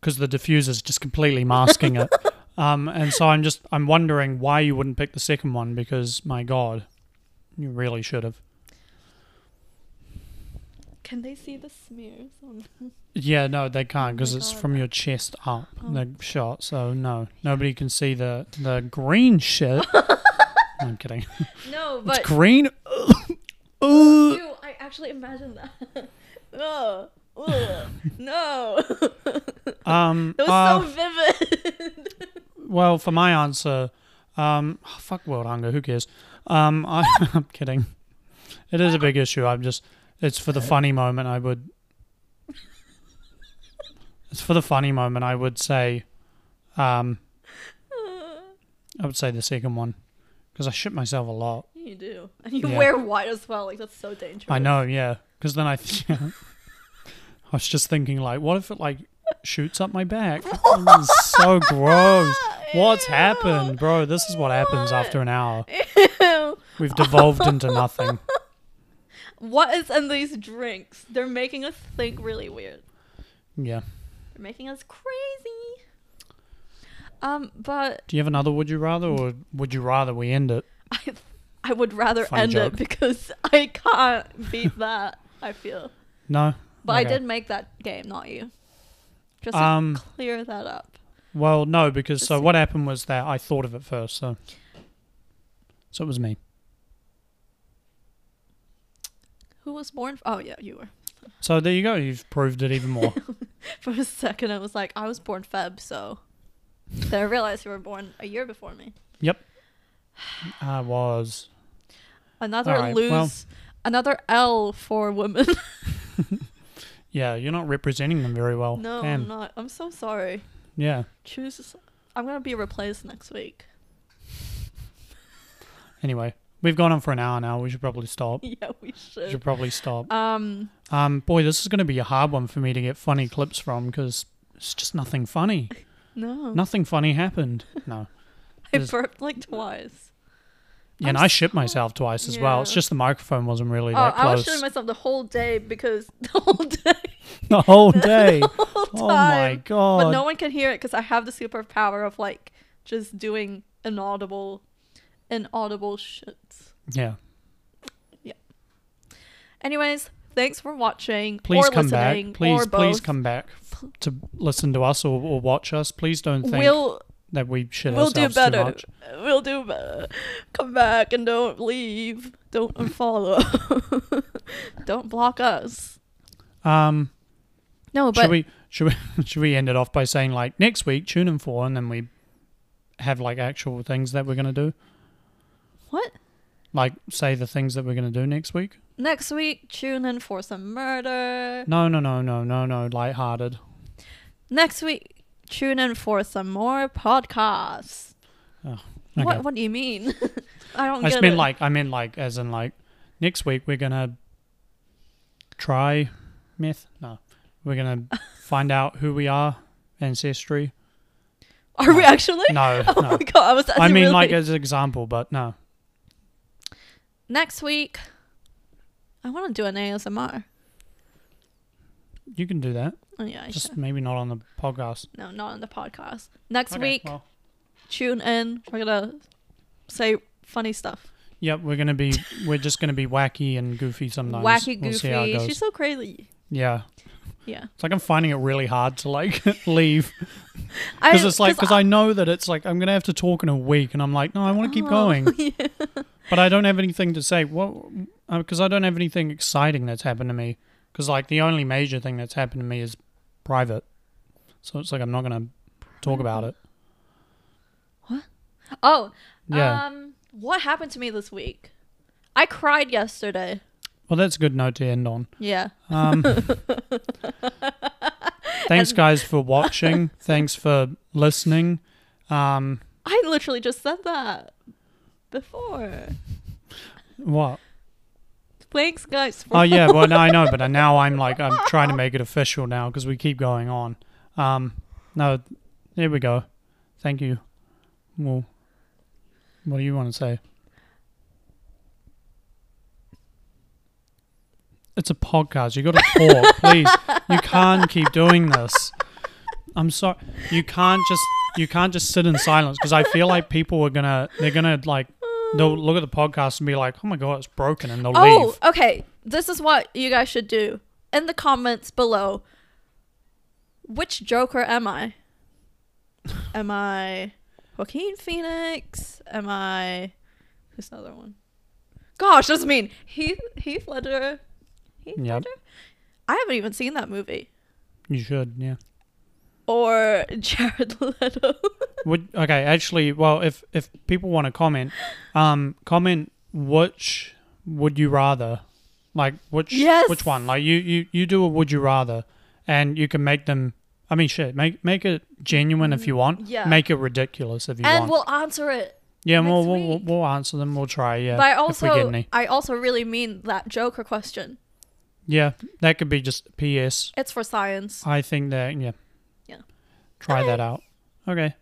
S1: because the diffuser's just completely masking it. Um, and so I'm just I'm wondering why you wouldn't pick the second one because my god, you really should have.
S2: can they see the smears? On
S1: Yeah, no, they can't
S2: Oh my
S1: because it's
S2: God.
S1: from your chest up
S2: Oh.
S1: the shot. So no, nobody can see the the green shit. I'm kidding.
S2: no,
S1: It's
S2: but
S1: green. Ugh.
S2: ew, I actually imagine that. Ugh, ugh, no,
S1: um.
S2: it was
S1: uh,
S2: so vivid.
S1: well, for my answer, um, oh, fuck world hunger. Who cares? Um, I, I'm kidding. It is a big issue. I'm just. It's for the funny moment. I would. It's for the funny moment. I would say, um, I would say the second one, because I shit myself a lot.
S2: you do, and you
S1: Yeah.
S2: wear white as well. Like that's so dangerous.
S1: I know, yeah. Because then I, th- I was just thinking, like, what if it like shoots up my back? Oh, This is so gross. What's
S2: Ew.
S1: happened, bro? This is what happens after an hour.
S2: Ew.
S1: We've devolved into nothing.
S2: What is in these drinks? They're making us think really weird.
S1: Yeah.
S2: They're making us crazy. Um, but
S1: Do you have another? Would you rather, or would you rather we end it?
S2: I, I would rather
S1: Funny
S2: end
S1: joke.
S2: it because I can't beat that. I feel,
S1: No.
S2: but
S1: Okay.
S2: I did make that game, not you. Just to
S1: Um,
S2: clear that up.
S1: Well, no, because so
S2: Just-
S1: what happened was that I thought of it first, so so it was me.
S2: Who was born? F- oh yeah, you were.
S1: So there you go. You've proved it even more.
S2: For a second, I was like, I was born Feb, so. Then I realized you were born a year before me.
S1: I was.
S2: Another
S1: All right,
S2: lose,
S1: well-
S2: another L for women.
S1: Yeah, you're not representing them very well.
S2: no,
S1: Oh, Damn.
S2: I'm not. I'm so sorry.
S1: Yeah.
S2: Choose. I'm gonna be replaced next week.
S1: Anyway, we've gone on for an hour now. We should probably stop.
S2: yeah, we
S1: We
S2: should.
S1: should probably stop.
S2: Um,
S1: Um, boy, this is going to be a hard one for me to get funny clips from because it's just nothing funny.
S2: no.
S1: Nothing funny happened. No.
S2: I
S1: there's-
S2: burped like twice.
S1: Yeah, and
S2: I'm
S1: I shit myself twice as well. It's
S2: Yeah.
S1: just the microphone wasn't really
S2: oh,
S1: that
S2: I was
S1: close.
S2: shitting myself the whole day because the whole day,
S1: the whole day.
S2: the whole time.
S1: oh my god.
S2: But no one can hear it because I have the superpower of like just doing inaudible, inaudible shits.
S1: Yeah.
S2: Anyways, thanks for watching
S1: Please
S2: or
S1: come back.
S2: listening
S1: Please,
S2: or both.
S1: please come back f- to listen to us or, or watch us. Please don't think
S2: We'll
S1: that we shit
S2: we'll do
S1: ourselves too
S2: better.
S1: much.
S2: We'll do better. Come back and don't leave. Don't unfollow. don't block us.
S1: Um,
S2: No,
S1: should
S2: but
S1: we should we should we end it off by saying like next week tune in for and then we have like actual things that we're gonna do.
S2: what?
S1: Like say the things that we're gonna do next week.
S2: Next week, tune in for some murder.
S1: No, no, no, no, no, no. Lighthearted.
S2: Next week, tune in for some more podcasts.
S1: Okay.
S2: What? What do you mean? I don't.
S1: I
S2: get
S1: just meant
S2: it.
S1: like I meant like as in like next week we're gonna try myth. No, we're gonna find out who we are, ancestry.
S2: Are we actually?
S1: No,
S2: Oh
S1: no.
S2: my god, I was.
S1: I mean,
S2: really-
S1: like as an example, but no.
S2: next week. I want to do an ASMR.
S1: You can do that.
S2: Oh yeah, I
S1: Just
S2: should.
S1: maybe not on the podcast.
S2: No, not on the podcast. Next
S1: Okay,
S2: week,
S1: well,
S2: tune in. We're gonna say funny stuff.
S1: yep, we're gonna be. We're just gonna be wacky and goofy sometimes.
S2: Wacky,
S1: We'll see
S2: goofy.
S1: how it goes.
S2: She's so crazy.
S1: yeah,
S2: Yeah,
S1: it's like I'm finding it really hard to like leave
S2: I-
S1: because it's like because I know that it's like I'm gonna have to talk in a week, and I'm like, no, I want to keep
S2: Oh,
S1: going,
S2: yeah.
S1: but I don't have anything to say. Well, because I don't have anything exciting that's happened to me. Because like the only major thing that's happened to me is private, so it's like I'm not gonna talk about it.
S2: Oh,
S1: Yeah.
S2: um, what happened to me this week? I cried yesterday.
S1: Well, that's a good note to end on.
S2: Yeah.
S1: Um, thanks, guys, for watching. thanks for listening. Um,
S2: I literally just said that before.
S1: what?
S2: Thanks, guys. For
S1: Oh, yeah. Well, no, I know, but now I'm like, I'm trying to make it official now because we keep going on. Um, no, there we go. Thank you. Well, what do you want to say? It's a podcast. You got to talk, please. You can't keep doing this. I'm sorry. You can't just you can't just sit in silence because I feel like people are gonna they're gonna like they'll look at the podcast and be like, oh my god, it's broken, and they'll
S2: Oh,
S1: leave.
S2: okay. This is what you guys should do in the comments below. Which Joker am I? Am I Joaquin Phoenix? Am I who's the other one? Gosh, that's mean. Heath Heath Ledger. Heath
S1: Yep.
S2: Ledger. I haven't even seen that movie.
S1: You should, yeah.
S2: Or Jared Leto.
S1: Would okay, actually, well, if if people want to comment, um, comment which would you rather, like which
S2: Yes.
S1: which one, like you you you do a would you rather, and you can make them. I mean, shit, make make it genuine if you want.
S2: Mm, yeah.
S1: Make it ridiculous if you
S2: and
S1: want.
S2: we'll answer it.
S1: yeah, we'll,
S2: next
S1: we'll we'll
S2: week.
S1: we'll answer them. We'll try. Yeah,
S2: But I
S1: if we get
S2: also
S1: any.
S2: I also really mean that Joker question.
S1: Yeah, that could be just P.S.
S2: It's for science.
S1: I think that yeah.
S2: Yeah.
S1: Try that out. Okay.